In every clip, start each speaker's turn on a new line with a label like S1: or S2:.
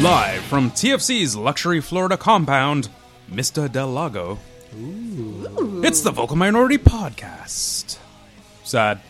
S1: Live from TFC's luxury Florida compound, Mr. Del Lago. It's the Vocal Minority Podcast. Sad.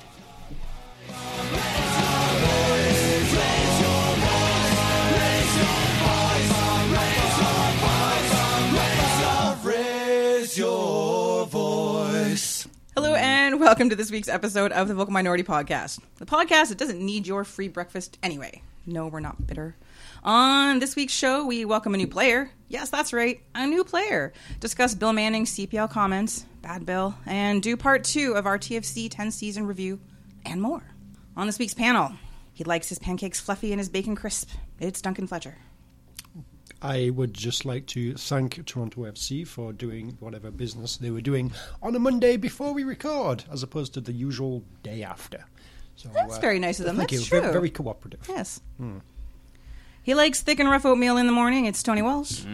S2: Hello and welcome to this week's episode of the Vocal Minority Podcast. The podcast that doesn't need your free breakfast anyway. No, we're not bitter. On this week's show, we welcome a new player. Yes, that's right, a new player. Discuss Bill Manning's CPL comments, Bad Bill, and do part two of our TFC 10 season review and more. On this week's panel, he likes his pancakes fluffy and his bacon crisp. It's Duncan Fletcher.
S3: I would just like to thank Toronto FC for doing whatever business they were doing on a Monday before we record, as opposed to the usual day after. So uh,
S2: That's very nice of them.
S3: Thank
S2: That's
S3: you. Ve-
S2: true.
S3: Very, cooperative.
S2: Yes. He likes thick and rough oatmeal in the morning. It's Tony Welsh.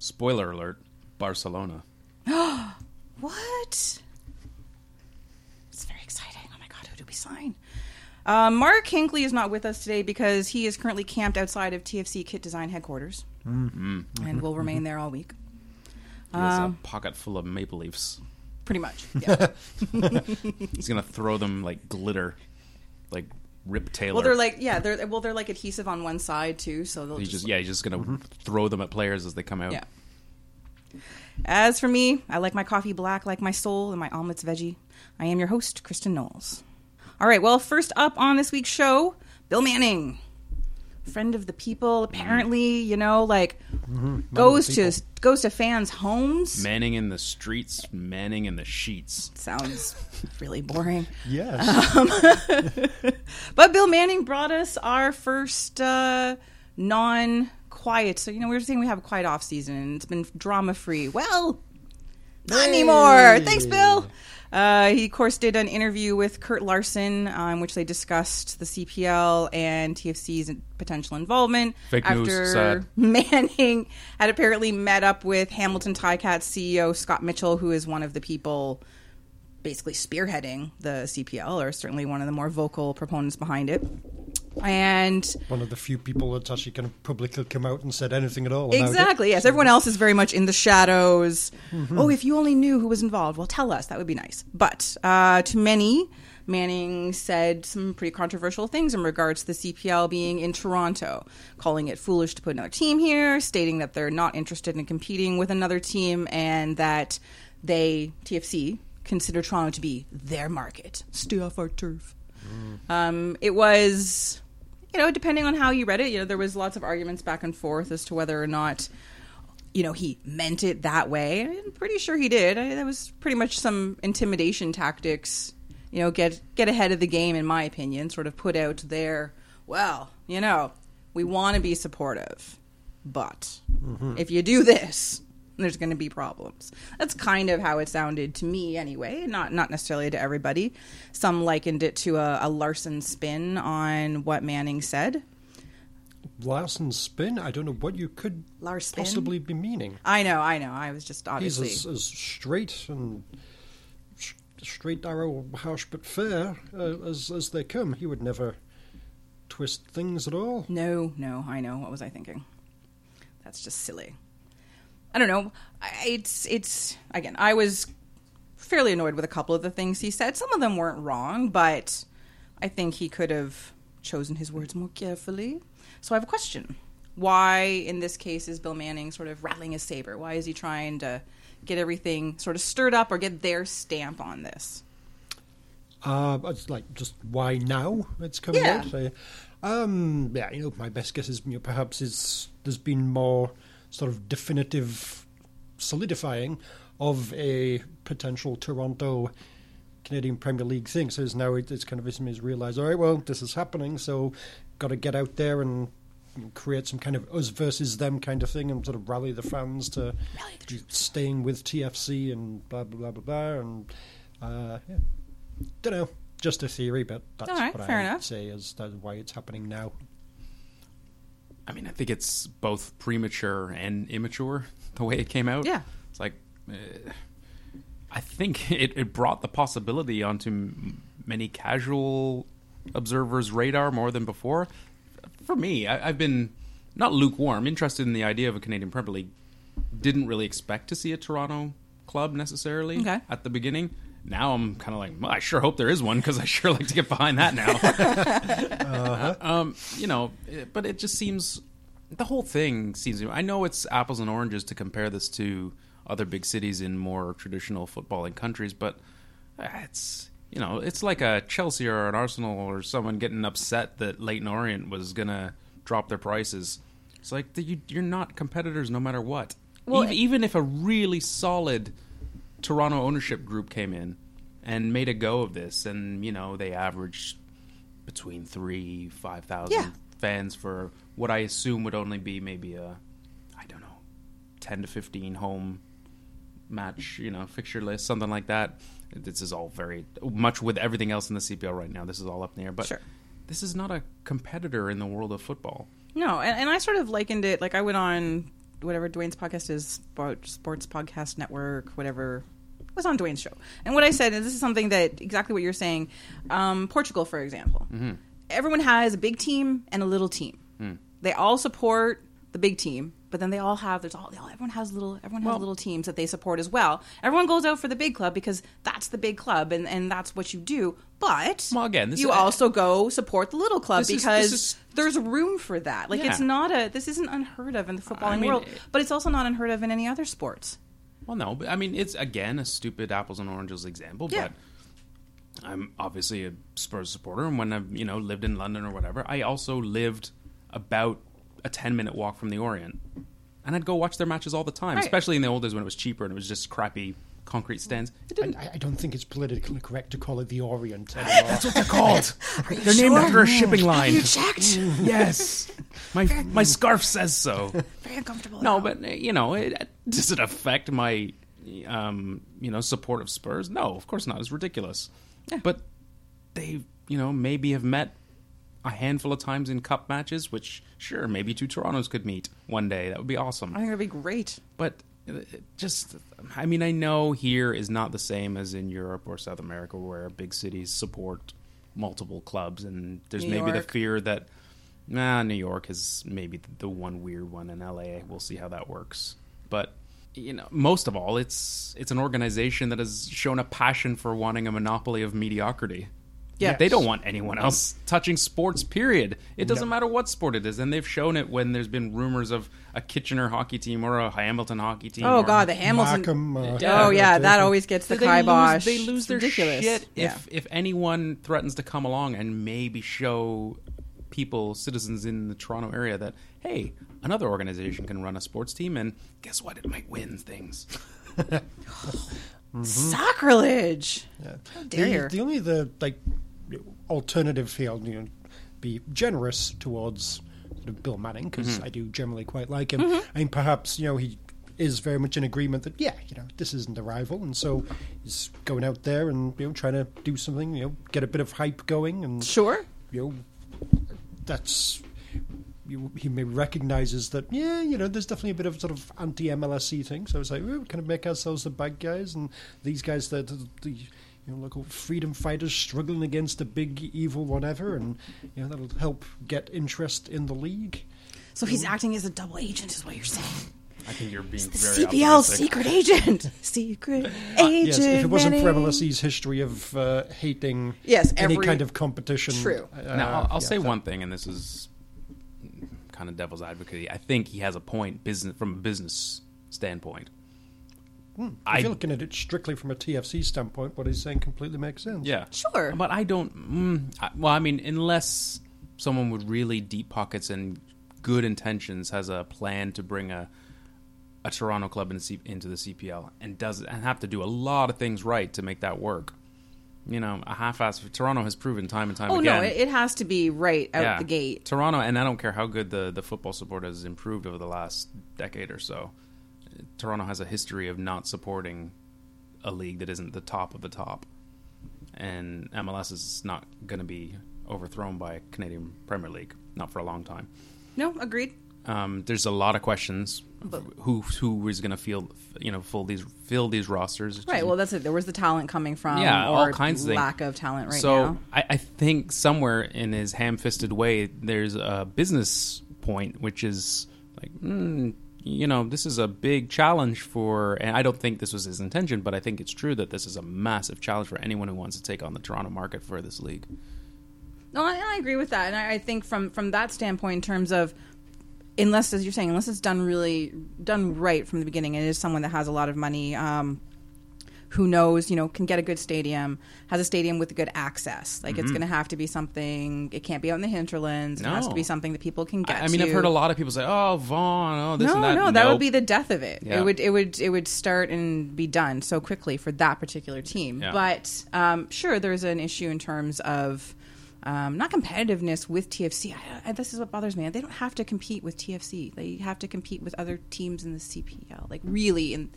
S1: Spoiler alert Barcelona.
S2: What? It's very exciting. Oh my god, who do we sign? Uh, Mark Hinkley is not with us today because he is currently camped outside of TFC Kit Design headquarters and will remain there all week,
S1: He has
S2: Um.
S1: a pocket full of maple leaves.
S2: pretty much. Yeah.
S1: He's going to throw them like glitter, like Rip Taylor.
S2: well, they're like yeah, they're well, they're like adhesive on one side too, so they'll
S1: He's
S2: just
S1: just, yeah, he's just going to throw them at players as they come out.
S2: Yeah. As for me, I like my coffee black, like my soul, and my omelets veggie. I am your host, Kristen Knowles. All right, well, first up on this week's show, Bill Manning. Friend of the people, apparently, you know, like goes
S3: the
S2: to goes to fans' homes.
S1: Manning in the streets, Manning in the sheets.
S2: Sounds really boring.
S3: Yes.
S2: But Bill Manning brought us our first uh, non quiet. So, you know, we were saying we have a quiet off season and it's been drama free. Well, not anymore. Thanks, Bill. Uh, he, of course, did an interview with Kurt Larson, um, which they discussed the CPL and TFC's potential involvement.
S1: Fake
S2: after
S1: news, sad.
S2: Manning had apparently met up with Hamilton Ticats CEO Scott Mitchell, who is one of the people basically spearheading the CPL, or certainly one of the more vocal proponents behind it. And
S3: One of the few people that's actually kind of publicly come out and said anything at all. about it.
S2: exactly, yes, everyone else is very much in the shadows. Oh, if you only knew who was involved, well, tell us. That would be nice. But uh, to many, Manning said some pretty controversial things in regards to the CPL being in Toronto, calling it foolish to put another team here, stating that they're not interested in competing with another team, and that they, TFC, consider Toronto to be their market. Stay off our turf. Um, it was, you know, depending on how you read it, you know, there was lots of arguments back and forth as to whether or not, you know, he meant it that way. I'm pretty sure he did. I, that was pretty much some intimidation tactics. You know, get get ahead of the game, in my opinion. Sort of put out there. Well, you know, we want to be supportive, but
S3: Mm-hmm.
S2: if you do this, there's going to be problems. That's kind of how it sounded to me, anyway. Not not necessarily to everybody. Some likened it to a, a Larson spin on what Manning said.
S3: Larson spin. I don't know what you could
S2: Larson?
S3: possibly be meaning.
S2: I know, I know. I was just
S3: He's
S2: obviously
S3: as, as straight and s- straight arrow, harsh but fair uh, as as they come. He would never twist things at all.
S2: no, no. I know. What was I thinking? That's just silly. I don't know. I- It's it's again. I was fairly annoyed with a couple of the things he said. Some of them weren't wrong, but I think he could have chosen his words more carefully. So I have a question. Why, in this case, is Bill Manning sort of rattling his saber? Why is he trying to get everything sort of stirred up or get their stamp on this?
S3: Uh, it's like just why now it's coming
S2: Yeah.
S3: out. So, um, yeah, you know, my best guess is you know, perhaps is there's been more sort of definitive solidifying of a potential Toronto Canadian Premier League thing. So it's now it- it's kind of it's, it's realised, all right, well, this is happening, so got to get out there and you know, create some kind of us versus them kind of thing and sort of rally the fans to staying with TFC and blah blah blah blah blah and uh, yeah. Don't know. Just a theory, but that's
S2: All right,
S3: what
S2: fair
S3: I
S2: enough.
S3: say is that why it's happening now.
S1: I mean, I think it's both premature and immature the way it came out.
S2: Yeah.
S1: it's like uh, I think it, it brought the possibility onto m- many casual observers' radar more than before. For me, I, I've been not lukewarm, interested in the idea of a Canadian Premier League. Didn't really expect to see a Toronto club necessarily
S2: Okay.
S1: at the beginning. Now I'm kind of like, "Well, I sure hope there is one because I sure like to get behind that now. um, you know, it- but it just seems the whole thing seems. I know it's apples and oranges to compare this to other big cities in more traditional footballing countries, but uh, it's you know it's like a Chelsea or an Arsenal or someone getting upset that Leighton Orient was gonna drop their prices. It's like the, you, you're not competitors no matter what.
S2: Well,
S1: Ev-
S2: it-
S1: even if a really solid Toronto ownership group came in and made a go of this, and you know they averaged between three five thousand
S2: Yeah.
S1: fans for what I assume would only be maybe a I don't know ten to fifteen home match you know fixture list something like that. This is all very much with everything else in the CPL right now. This is all up in the air, but
S2: Sure.
S1: this is not a competitor in the world of football.
S2: No, and, and I sort of likened it. Like I went on whatever Dwayne's podcast is, Sport- Sports Podcast Network, whatever it was on Dwayne's show. And what I said is this is something that exactly what you're saying. Um, Portugal, for example,
S1: Mm-hmm.
S2: everyone has a big team and a little team.
S1: Hmm.
S2: They all support the big team, but then they all have there's all, they all everyone has little everyone has little teams that they support as well. Everyone goes out for the big club because that's the big club and, and that's what you do. But
S1: Well, again, this
S2: you
S1: is-
S2: also go support the little club
S1: This is- this
S2: because
S1: is-
S2: there's room for that. Like
S1: Yeah.
S2: it's not a this isn't unheard of in the footballing
S1: I mean,
S2: world,
S1: it-
S2: but it's also not unheard of in any other sports.
S1: Well, no, but I mean, it's again a stupid apples and oranges example,
S2: Yeah.
S1: but I'm obviously a Spurs supporter, and when I've you know lived in London or whatever, I also lived about a ten minute walk from the Orient, and I'd go watch their matches all the time,
S2: Right.
S1: especially in the old days when it was cheaper and it was just crappy concrete stands. It didn't.
S3: I, I don't think it's politically correct to call it the Orient anymore.
S1: They're called. They're named after a shipping line.
S2: checked?
S1: yes, my my scarf says so.
S2: Very uncomfortable.
S1: No, but uh, you know, it, does it affect my, um, you know, support of Spurs? No, of course not. It's ridiculous. But they, you know, maybe have met a handful of times in cup matches, which sure, maybe two Torontos could meet one day. That would be awesome.
S2: I think that'd be great.
S1: But uh, it just, I mean, I know here is not the same as in Europe or South America, where big cities support multiple clubs, and there's
S2: New
S1: maybe
S2: York.
S1: the fear that, nah, New York is maybe the one weird one in LA. We'll see how that works. But you know, most of all, it's it's an organization that has shown a passion for wanting a monopoly of mediocrity.
S2: Yeah.
S1: They don't want anyone else touching sports, period. It doesn't
S3: No.
S1: matter what sport it is. And they've shown it when there's been rumors of a Kitchener hockey team or a Hamilton hockey team.
S2: Oh
S1: or-
S2: god, the Hamilton.
S3: Markham, uh,
S2: Oh yeah, that
S3: Hamilton.
S2: always gets the
S1: They lose-
S2: kibosh.
S1: They lose
S2: It's
S1: their
S2: ridiculous.
S1: shit if,
S2: yeah.
S1: if anyone threatens to come along and maybe show people, citizens in the Toronto area, that, hey, another organization can run a sports team and guess what? It might win things.
S3: Mm-hmm.
S2: sacrilege. How dare
S3: the,
S2: you.
S3: the only the like alternative field you know, be generous towards sort of Bill Manning because I do generally quite like him.
S2: Mm-hmm.
S3: I mean, perhaps you know he is very much in agreement that yeah, you know this isn't a rival, and so he's going out there and you know trying to do something, you know, get a bit of hype going, and
S2: Sure.
S3: you know that's. You, he maybe recognizes that, yeah, you know, there's definitely a bit of sort of anti MLSC thing. So it's like, we kind of make ourselves the bad guys, and these guys, the, the, the you know, local freedom fighters struggling against the big evil whatever, and you know that'll help get interest in the league.
S2: So he's
S3: Mm-hmm.
S2: acting as a double agent, is what you're saying.
S1: I think you're being
S2: The
S1: very
S2: CPL
S1: optimistic.
S2: secret agent. Secret agent.
S3: Uh, yes, if it wasn't for
S2: Manning.
S3: MLSC's history of uh, hating
S2: Yes,
S3: any
S2: every-
S3: kind of competition,
S2: True.
S3: uh,
S1: Now, I'll, I'll
S3: yeah,
S1: say
S3: that-
S1: one thing, and this is kind of devil's advocate. I think he has a point business from a business standpoint.
S3: If
S1: I
S3: you're looking at it strictly from a TFC standpoint, what he's saying completely makes sense.
S1: yeah,
S2: Sure.
S1: but I don't. Mm, I, well, I mean, unless someone with really deep pockets and good intentions has a plan to bring a a Toronto club in C, into the CPL and does and have to do a lot of things right to make that work. You know, a half-ass Toronto has proven time and time
S2: Oh
S1: again.
S2: no, it, it has to be right out
S1: Yeah.
S2: the gate.
S1: Toronto, and I don't care how good the, the football support has improved over the last decade or so. Toronto has a history of not supporting a league that isn't the top of the top, and MLS is not going to be overthrown by Canadian Premier League, not for a long time.
S2: No, agreed.
S1: Um, there's a lot of questions: of who who is going to fill you know fill these fill these rosters?
S2: Right. Well, that's it. There was the talent coming from
S1: yeah,
S2: um, or
S1: all kinds of things.
S2: lack of talent right
S1: so
S2: now.
S1: I, I think somewhere in his ham-fisted way, there's a business point, which is like, mm, you know, this is a big challenge for, and I don't think this was his intention, but I think it's true that this is a massive challenge for anyone who wants to take on the Toronto market for this league.
S2: No, I, I agree with that, and I, I think from from that standpoint, in terms of unless, as you're saying, unless it's done really done right from the beginning, and it is someone that has a lot of money, um, who knows, you know, can get a good stadium, has a stadium with good access. Like
S1: Mm-hmm.
S2: it's going to have to be something. It can't be out in the hinterlands. It has to
S1: No.
S2: be something that people can get.
S1: I, I mean, I've
S2: to.
S1: heard a lot of people say, "Oh, Vaughn, oh, this
S2: No,
S1: and that."
S2: no, that
S1: Nope.
S2: would be the death of it.
S1: Yeah.
S2: It would, it would, it would start and be done so quickly for that particular team.
S1: Yeah.
S2: But um, sure, there's an issue in terms of um, not competitiveness with TFC. I, I, this is what bothers me. They don't have to compete with TFC. They have to compete with other teams in the CPL. Like really, and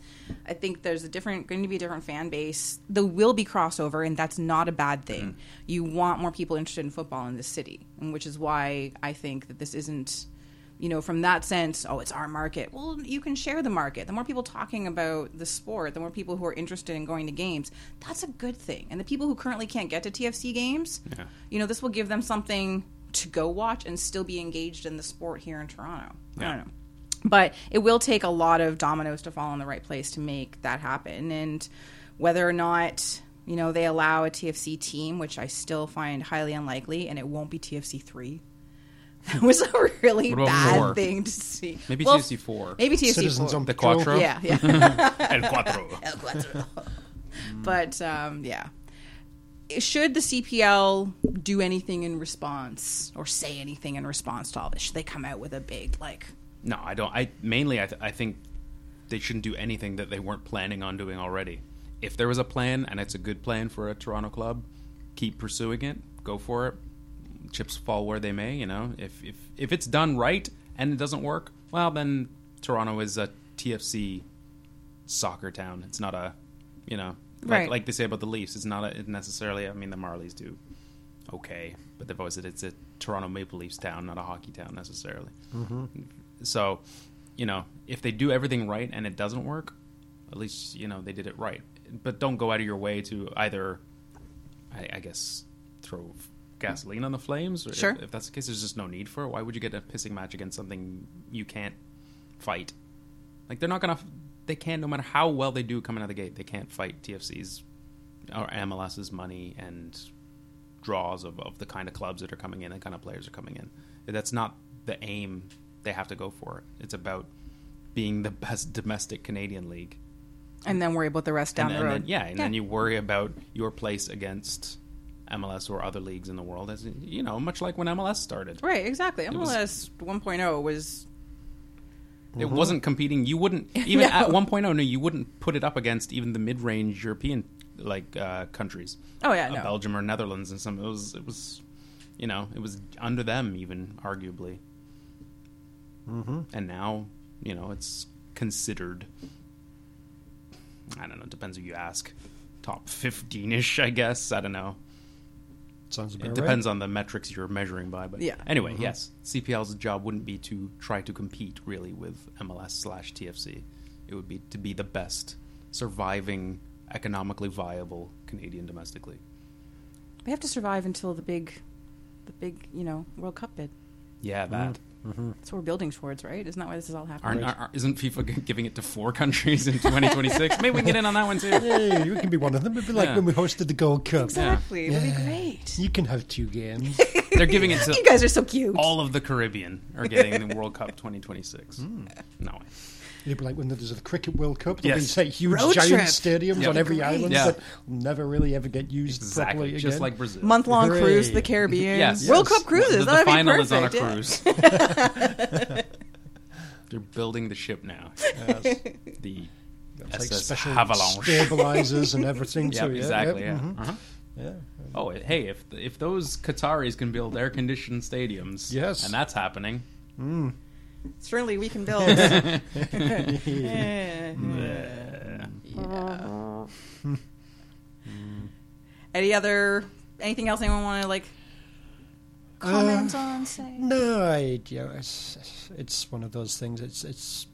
S2: I think there's a different, going to be a different fan base. There will be crossover, and that's not a bad thing.
S1: Mm.
S2: You want more people interested in football in this city, and which is why I think that this isn't you know, from that sense, oh, it's our market. Well, you can share the market. The more people talking about the sport, the more people who are interested in going to games, that's a good thing. And the people who currently can't get to TFC games, you know, this will give them something to go watch and still be engaged in the sport here in Toronto. I
S1: Yeah.
S2: don't know. But it will take a lot of dominoes to fall in the right place to make that happen. And whether or not, you know, they allow a TFC team, which I still find highly unlikely, and it won't be TFC 3. That was a really
S1: What about
S2: bad
S1: four?
S2: thing to see.
S1: Maybe TFC four.
S2: Maybe TFC
S3: Citizens
S2: four.
S3: on
S1: The
S3: Patrol.
S1: Quattro?
S2: Yeah, yeah.
S1: El Cuatro.
S2: El Cuatro. but um, yeah. Should the CPL do anything in response or say anything in response to all this? Should they come out with a big like
S1: No, I don't. I mainly, I, th- I think they shouldn't do anything that they weren't planning on doing already. If there was a plan and it's a good plan for a Toronto club, keep pursuing it. Go for it. Chips fall where they may. You know, if if if it's done right and it doesn't work, well, then Toronto is a TFC soccer town. It's not a, you know, like
S2: Right.
S1: like they say about the Leafs. It's not a, necessarily. I mean, the Marlies do okay, but they've always said it's a Toronto Maple Leafs town, not a hockey town necessarily. So, you know, if they do everything right and it doesn't work, at least you know they did it right. But don't go out of your way to either, I, I guess, throw f- gasoline on the flames. Or if-
S2: Sure.
S1: If, that's the case, there's just no need for it. Why would you get a pissing match against something you can't fight? Like they're not gonna, f- they can't. No matter how well they do coming out of the gate, they can't fight TFC's or MLS's money and draws of, of the kind of clubs that are coming in, the kind of players are coming in. That's not the aim they have to go for. It's about being the best domestic Canadian league.
S2: and then worry about the rest down
S1: and,
S2: the
S1: and
S2: road?
S1: then, yeah, and then you worry about your place against MLS or other leagues in the world, as you know, much like when MLS started.
S2: Right, exactly.
S1: was-
S2: MLS 1.0 was
S1: It wasn't competing. You wouldn't even
S2: Mm-hmm. No.
S1: at 1.0. No, you wouldn't put it up against even the mid-range European like uh, countries.
S2: Oh, yeah,
S1: Uh,
S2: no.
S1: Belgium or Netherlands and some. It was it was, you know, it was under them even arguably.
S2: Mm-hmm.
S1: And now you know it's considered. I don't know. Depends who you ask. Top fifteen-ish, I guess. I don't know.
S3: Sounds about
S1: It depends on the metrics you're measuring by, but
S2: Yeah.
S1: Anyway, yes, CPL's job wouldn't be to try to compete really with MLS slash TFC. It would be to be the best surviving, economically viable Canadian domestic league.
S2: they have to survive until the big, the big you know World Cup bid.
S1: Yeah, that
S2: That's what we're building towards, right? Isn't that why this is all happening?
S1: aren't, aren't, isn't FIFA g- giving it to four countries in 2026? Maybe we can get in on that one too.
S3: Hey, you can be one of them. It'd be like
S1: Yeah.
S3: when we hosted the Gold Cup.
S2: Exactly, it would be great.
S3: You can have two games.
S1: They're giving it
S2: You
S1: to
S2: guys are so cute.
S1: all of the Caribbean. Are getting the World Cup 2026? No.
S3: It'd be like when there's a cricket World Cup. There'll
S1: Yes.
S3: be say, huge
S2: Road
S3: giant
S2: trip.
S3: stadiums
S1: Yeah.
S3: on every
S2: Great.
S3: island
S1: Yeah.
S3: that will never really ever get used properly
S1: Exactly.
S3: again.
S1: Just like Brazil.
S2: Month long
S3: Hooray.
S2: cruise to the Caribbean.
S1: Yes.
S2: World
S3: Yes.
S2: Cup cruises.
S1: The, the
S2: That'd
S1: final
S2: be
S1: is on a
S2: perfect. yeah.
S1: cruise. They're building the ship now. The
S3: It's like
S1: SS
S3: special
S1: Avalanche.
S3: stabilizers and everything.
S1: yeah,
S3: so, yeah,
S1: exactly.
S3: yeah,
S1: Yeah.
S3: mhm,
S1: Uh-huh.
S3: yeah.
S1: Oh, hey, if if those Qataris can build air conditioned stadiums,
S3: Yes.
S1: and that's happening.
S2: Certainly we can build. yeah. Any other anything else anyone want to like comment on? Say
S3: No, I, yeah, it's, it's one of those things. It's it's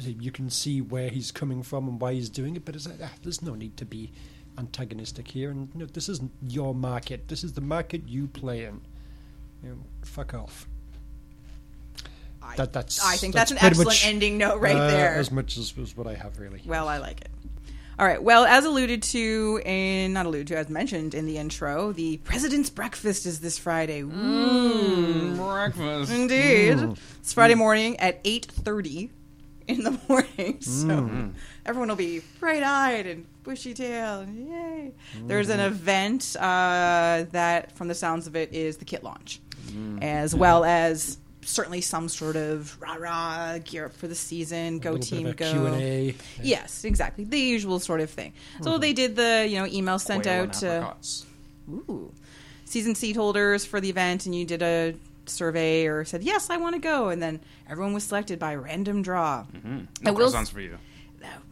S3: you can see where he's coming from and why he's doing it, but it's like, ah, there's no need to be antagonistic here. And you know, this isn't your market. This is the market you play in. You know, fuck off.
S2: I,
S3: That- that's-
S2: I think that's,
S3: that's
S2: an
S3: pretty
S2: excellent
S3: much,
S2: ending note right
S3: uh,
S2: there.
S3: As much as, as what I have, really.
S2: Well, I like it. All right. Well, as alluded to, and not alluded to, as mentioned in the intro, the President's Breakfast is this Friday. Mm.
S1: Breakfast.
S2: Indeed,
S3: Mm.
S2: it's Friday morning at eight thirty in the morning, so
S3: Mm.
S2: everyone will be bright-eyed and bushy-tailed. and Yay! There's
S3: Mm.
S2: an event uh, that, from the sounds of it, is the kit launch,
S3: Mm.
S2: as well as certainly some sort of rah-rah gear up for the season. Go
S3: A
S2: team,
S3: little bit
S2: go!
S3: of a Mm-hmm. Q&A.
S2: Yes, exactly. The usual sort of thing. So they did the, you know, email sent
S1: Quail and
S2: out to
S1: apricots.
S2: ooh, season seat holders for the event, and you did a survey or said, yes, I want to go. And then everyone was selected by random draw. I
S1: No
S2: will
S1: croissants for you.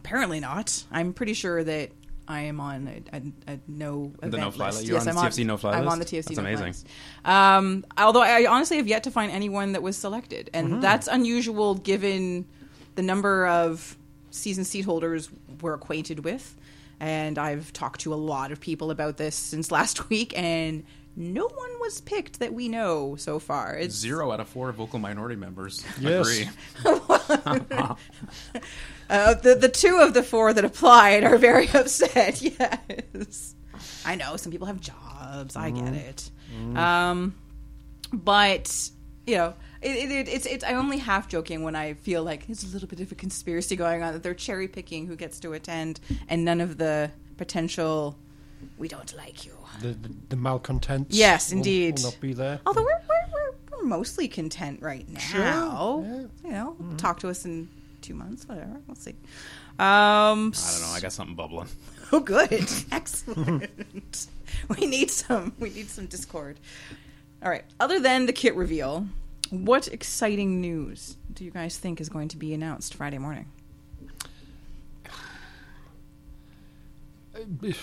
S2: Apparently not. I'm pretty sure that I am on a, a, a no event
S1: no-fly
S2: list.
S1: list? You're on
S2: I'm
S1: the TFC no-fly
S2: I'm on the
S1: list?
S2: TFC
S1: That's
S2: no-fly
S1: amazing.
S2: list. Um, although I, I honestly have yet to find anyone that was selected, and that's unusual given the number of season seat holders we're acquainted with. And I've talked to a lot of people about this since last week, and no one was picked that we know so far. It's
S1: Zero out of four vocal minority members
S3: Yes.
S1: agree.
S2: Uh, the the two of the four that applied are very upset. Yes, Mm-hmm. I know some people have jobs. I get it. Um, but you know, it, it, it, it's it's. I'm only half joking when I feel like there's a little bit of a conspiracy going on that they're cherry picking who gets to attend, and none of the potential. We don't like you.
S3: The, the, the malcontents.
S2: Yes,
S3: will-
S2: indeed.
S3: Will, not be there.
S2: Although we're we're, we're, we're mostly content right now. You know, talk to us in two months, whatever. We'll see. Um,
S1: I don't know. I got something bubbling.
S2: Oh, good, excellent. we need some. We need some discord. All right. Other than the kit reveal, what exciting news do you guys think is going to be announced Friday morning?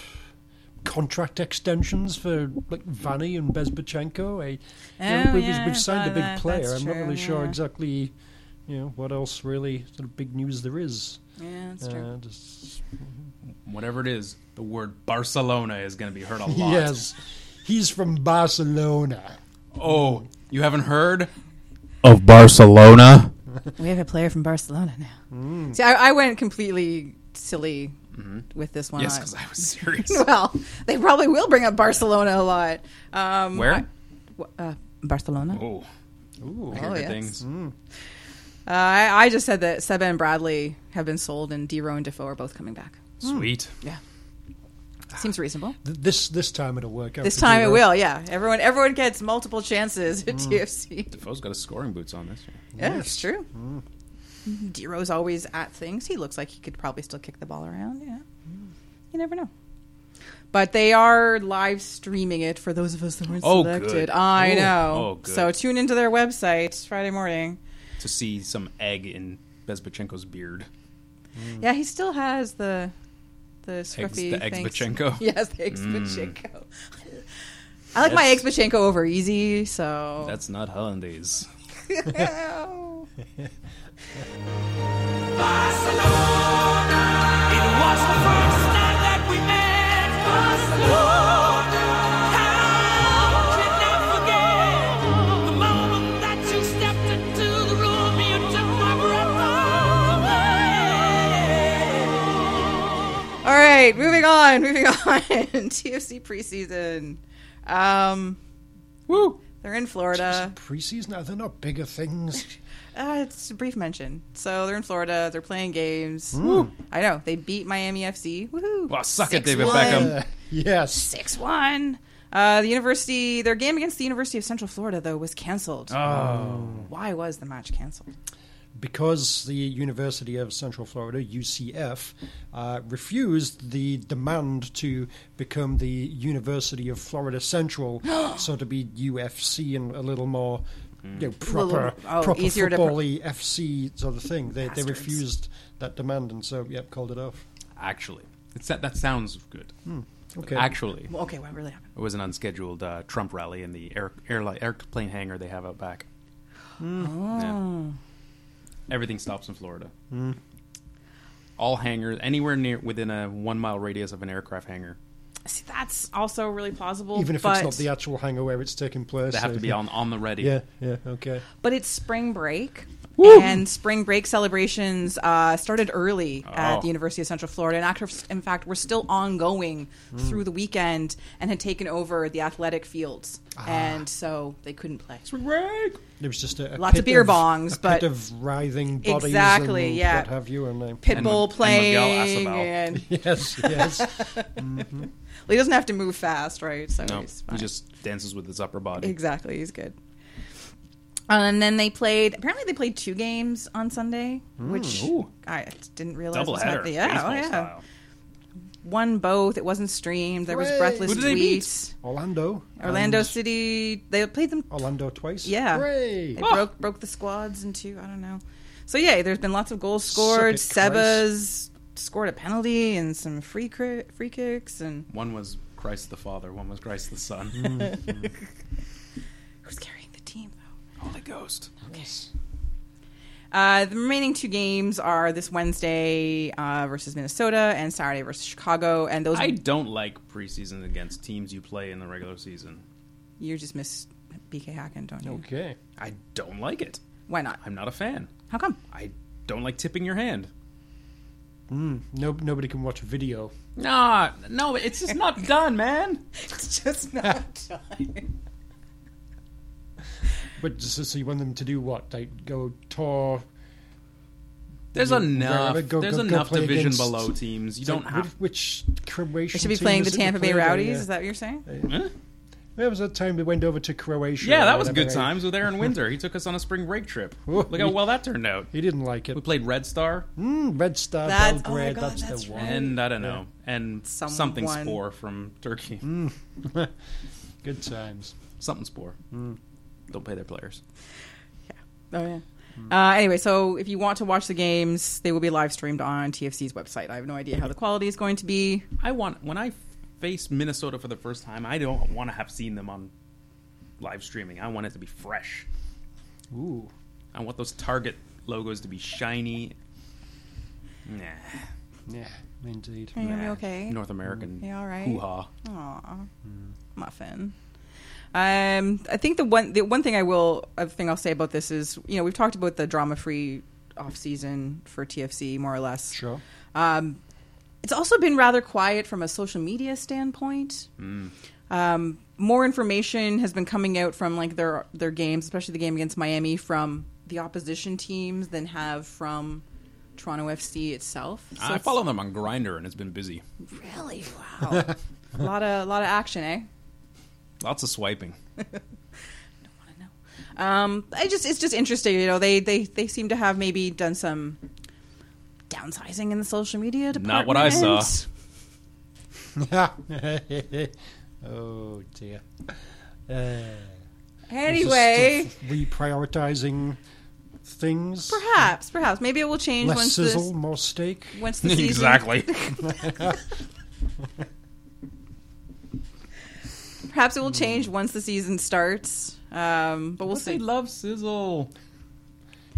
S3: Contract extensions for like Vanny and Bezbachenko. I, you
S2: Oh,
S3: know, we've,
S2: yeah, I
S3: we've signed
S2: saw
S3: a big
S2: that.
S3: player.
S2: That's
S3: I'm not
S2: true,
S3: really sure
S2: yeah.
S3: exactly, you know, what else really sort of big news there is.
S2: Yeah, that's
S3: Uh, just-
S1: Whatever it is, the word Barcelona is going to be heard a lot.
S3: yes, he's from Barcelona.
S1: Oh, you haven't heard?
S4: of Barcelona.
S2: We have a player from Barcelona now. See, I, I went completely silly with this one.
S1: Yes,
S2: I-
S1: because I was serious.
S2: well, they probably will bring up Barcelona a lot. Um,
S1: Where?
S2: I- uh, Barcelona.
S1: Oh,
S3: Ooh.
S1: I hear Mm.
S2: Oh,
S1: good
S2: yes.
S1: things.
S2: Uh, I, I just said that Seba and Bradley have been sold, and Dero and Defoe are both coming back.
S1: Sweet.
S2: Yeah, seems reasonable.
S3: Th- This this time it'll work out.
S2: This
S3: for
S2: time it
S3: Dero.
S2: will. Yeah, everyone everyone gets multiple chances at
S1: Mm.
S2: TFC.
S1: Defoe's got his scoring boots on this year.
S2: Yeah, it's true.
S1: Mm.
S2: Dero's always at things. He looks like he could probably still kick the ball around. Yeah,
S1: Mm.
S2: you never know. But they are live streaming it for those of us that weren't
S1: Oh, good.
S2: selected. I
S1: Ooh.
S2: know.
S1: Oh, good.
S2: so tune into their website Friday morning.
S1: To see some egg in Bezbachenko's beard.
S2: Yeah, he still has the the scruffy
S1: the Mm. eggs
S2: things.
S1: Bachenko. Mm.
S2: Yes, the eggs Bachenko. I like my eggs Bachenko over easy, so
S1: That's not Hollandaise.
S5: Barcelona. It was the first night that we met. Barcelona. How can I forget the moment that you stepped into the room? You took my breath away.
S2: All right, moving on, moving on. TFC preseason. Um,
S1: Woo!
S2: they're in Florida.
S3: Preseason, are there not bigger things?
S2: Uh, it's a brief mention. So they're in Florida. They're playing games. I know they beat Miami FC. Woohoo!
S1: Hmm. Well, suck it, David
S2: 6-1.
S1: Beckham.
S3: Uh, yes.
S2: Six one. Uh, the university. Their game against the University of Central Florida though was canceled. Oh, why was the match canceled?
S3: because the University of Central Florida (UCF) uh, refused the demand to become the University of Florida Central, so to be UFC and a little more, you know, proper,
S2: oh,
S3: proper
S2: easier to pro-
S3: football-y FC sort of thing. They, they
S2: Bastards.
S3: refused that demand, and so yep, called it off.
S1: Actually, it's that, that sounds good.
S3: Okay,
S1: Actually,
S2: Well, okay, what really happened?
S1: it was an unscheduled uh, Trump rally in the air, airline, airplane hangar they have out back. Hmm. Yeah. Everything stops in Florida. All hangars, anywhere near within a one mile radius of an aircraft hangar,
S2: See, that's also really plausible.
S3: even if
S2: but,
S3: it's not the actual hangar where it's taking place,
S1: they have
S3: so-
S1: to be on on the ready.
S3: Yeah, yeah, okay.
S2: but it's spring break, And spring break celebrations uh, started early
S1: Oh.
S2: at the University of Central Florida, and act- in fact, were still ongoing
S1: Hmm.
S2: through the weekend and had taken over the athletic fields, and so they couldn't play.
S3: There was just a, a
S2: Lots
S3: pit
S2: of beer bongs,
S3: a
S2: but-
S3: pit of writhing bodies,
S2: Exactly,
S3: and
S2: yeah.
S3: what have you? And uh,
S1: And Ma-
S2: Pitbull
S1: and Miguel
S2: playing,
S1: Acebal.
S2: and
S3: yes, yes.
S2: well, he doesn't have to move fast, right? So
S1: No,
S2: he's
S1: he
S2: fine.
S1: just dances with his upper body.
S2: Exactly, he's good. And then they played. Apparently, they played two games on Sunday, which I didn't realize.
S1: Double
S2: was happening.
S1: header,
S2: yeah, oh,
S1: Hmm. baseball
S2: yeah.
S1: style.
S2: Won both. It wasn't streamed. There was
S3: Hooray.
S2: breathless
S1: Who did they beat? Um,
S2: tweets.
S3: Orlando,
S2: Orlando
S3: and
S2: City. They played them.
S3: Orlando twice.
S2: Yeah,
S3: Hooray!
S1: Ah.
S2: they broke broke the squads into. I don't know. So yeah, there's been lots of goals scored.
S3: Suck it,
S2: Sebas scored a penalty and some free cri- free kicks and
S1: One was Christ the Father, one was Christ the Son.
S2: who's carrying the team though?
S1: Holy Ghost.
S2: Uh, the remaining two games are this Wednesday uh, versus Minnesota and Saturday versus Chicago, and those
S1: I don't like preseason against teams you play in the regular season.
S2: you just miss BK Hacken, don't you?
S3: Okay.
S1: I don't like it.
S2: Why not?
S1: I'm not a fan.
S2: How come?
S1: I don't like tipping your hand.
S3: No, nobody can watch video.
S1: Nah, no, it's just not done, man.
S2: It's just not done.
S3: But so, so you want them to do what? Like go tour?
S1: There's
S3: Yeah,
S1: enough.
S3: wherever, go-
S1: there's
S3: go- go
S1: enough
S3: play
S1: division
S3: against-
S1: below teams. You don't
S3: Like,
S1: have.
S3: which, which Croatian.
S2: They should be
S3: team
S2: playing the
S3: is it they
S2: Tampa Bay
S3: played? Oh,
S2: Rowdies.
S3: yeah.
S2: Is that what you're saying?
S1: Huh?
S3: There was a time they went over to Croatia.
S1: Yeah,
S3: or
S1: that was
S3: whatever,
S1: good
S3: right?
S1: times with Aaron Windsor. He took us on a spring break trip.
S3: Ooh.
S1: Look how well that turned out.
S3: He didn't like it.
S1: We played Red Star
S3: Mm, Red Star
S2: That's- oh my
S3: Belgrade.
S2: God,
S3: that's,
S2: that's
S3: the
S2: right.
S3: one.
S1: and I don't know and
S2: Someone- Mm.
S1: something spore from Turkey.
S3: Good times.
S1: Something spore.
S2: Mm.
S1: Don't pay their players.
S2: Oh yeah. Uh, anyway, so if you want to watch the games, they will be live streamed on TFC's website. I have no idea how the quality is going to be.
S1: I want when I face Minnesota for the first time, I don't want to have seen them on live streaming. I want it to be fresh.
S3: Ooh.
S1: I want those Target logos to be shiny. Nah.
S3: Yeah, indeed.
S2: Are you gonna be
S1: nah.
S2: okay? Mm.
S1: North American.
S2: You all right?
S1: Hoo ha.
S2: Aw, muffin. Um, I think the one the one thing I will other thing I'll say about this is you know we've talked about the drama free off season for TFC more or less.
S3: Sure.
S2: Um, it's also been rather quiet from a social media standpoint. Um, more information has been coming out from like their their games, especially the game against Miami, from the opposition teams than have from Toronto FC itself. So
S1: I
S2: it's-
S1: follow them on Grinder and it's been busy.
S2: Really? Wow. a lot of lot of action, eh?
S1: Lots of swiping.
S2: Um, I just it's just interesting, you know. They they they seem to have maybe done some downsizing in the social media
S1: Not
S2: department.
S1: what I saw.
S3: oh dear. Uh,
S2: Anyway,
S3: Just reprioritizing things.
S2: perhaps perhaps maybe it will change
S3: Less
S2: once
S3: sizzle,
S2: this
S3: more steak.
S2: once the season
S1: exactly.
S2: perhaps it will change once the season starts. Um, but we'll
S1: But they
S2: see.
S1: love sizzle.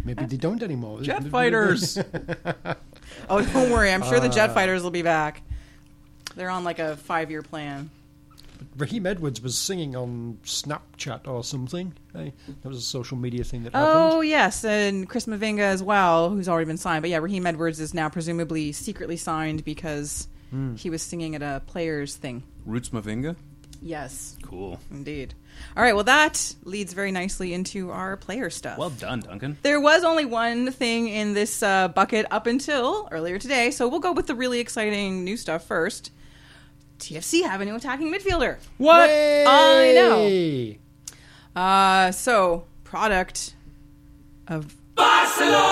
S3: Maybe they don't anymore.
S1: Jet fighters.
S2: Oh, don't worry. I'm sure the
S1: Uh,
S2: Jet Fighters will be back. They're on like a five year plan.
S3: Raheem Edwards was singing on Snapchat or something. Eh, That was a social media thing that happened.
S2: Oh yes, and Chris Mavinga as well, who's already been signed. But yeah, Raheem Edwards is now presumably secretly signed because
S1: Hmm.
S2: he was singing at a players thing.
S1: Roots Mavinga.
S2: Yes,
S1: Cool.
S2: indeed. All right, well that leads very nicely into our player stuff.
S1: Well done, Duncan.
S2: there was only one thing in this uh, bucket up until earlier today, so we'll go with the really exciting new stuff first. TFC have a new attacking midfielder.
S1: What?
S2: I know.
S3: Hey!
S2: Uh, so product of Barcelona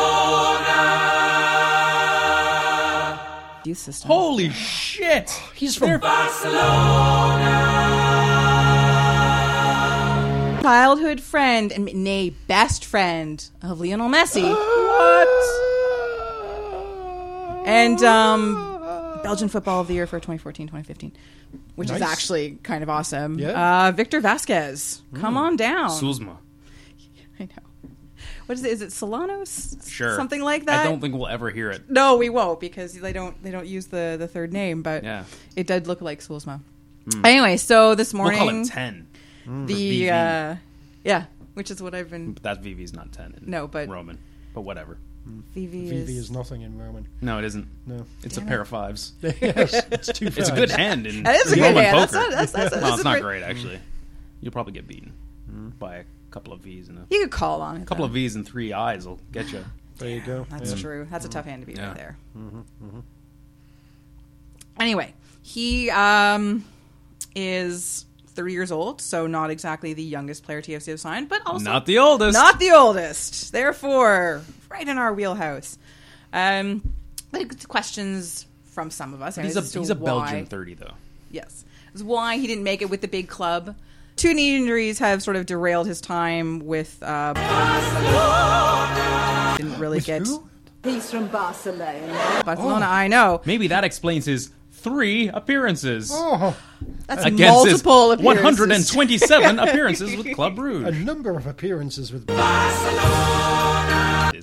S2: youth system.
S1: Holy shit!
S3: He's from
S2: childhood friend and nay best friend of Lionel Messi. what? And um, Belgian football of the year for 2014-2015, which is
S3: Ah. Nice.
S2: actually kind of awesome.
S3: Yeah. Mm.
S2: Uh, Victor Vasquez, come on down.
S1: Suzma.
S2: I know. What is it? Is it Solanos?
S1: Sure.
S2: something like that.
S1: I don't think we'll ever hear it.
S2: No, we won't because they don't they don't use the the third name, but
S1: Yeah. Hmm.
S2: it did look like Sulzma. Anyway, so this
S1: We'll
S2: morning
S1: call it 10.
S2: the
S1: VV.
S2: uh, yeah, which is what I've been
S1: But that VV's not 10. in
S2: No, but-
S1: Roman. but whatever.
S2: Vivi
S3: VV
S2: is,
S3: is nothing in Roman.
S1: No, it isn't.
S3: No.
S1: It's a pair of fives.
S3: yes, it's two
S1: It's a
S3: fives.
S1: good hand. In
S2: That is a good
S1: Roman
S2: hand. That's
S1: Poker.
S2: not- that's- that's-
S1: well,
S2: that's
S1: it's
S2: a
S1: not
S2: pretty-
S1: great actually. You'll probably get beaten
S3: Mm-hmm.
S1: by a couple of V's and a
S2: You could call on it.
S1: couple of V's and three I's will get you.
S3: There you go.
S2: That's
S3: Yeah.
S2: true. That's a tough hand to beat
S1: Mm-hmm. Yeah.
S2: right there. Anyway, he um, is 30 years old, so not exactly the youngest player TFC have signed, but also
S1: Not the oldest.
S2: not the oldest. Therefore, right in our wheelhouse. Um, but it's questions from some of us.
S1: He's
S2: as
S1: a,
S2: to
S1: he's a
S2: why-
S1: Belgian thirty though.
S2: Yes. It's why he didn't make it with the big club. Two knee injuries have sort of derailed his time with. Uh, didn't really get.
S3: who?
S6: He's from Barcelona.
S2: Barcelona,
S1: Oh.
S2: I know.
S1: Maybe that explains his three appearances
S3: Oh,
S2: That's
S1: against his
S2: multiple appearances.
S1: 127 appearances with Club
S3: a
S1: Brugge.
S3: number of appearances with.
S1: Is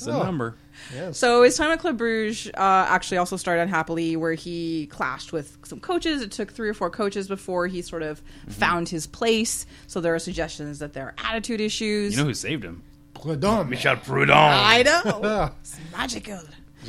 S3: Oh.
S1: a number.
S3: Yes.
S2: So his time at Club Brugge uh, actually also started unhappily, where he clashed with some coaches. It took three or four coaches before he sort of
S1: Mm-hmm.
S2: found his place. So there are suggestions that there are attitude issues.
S1: You know who saved him?
S3: Prudhomme.
S1: Michel Proudhon.
S2: I know.
S3: Ah,
S2: Magical.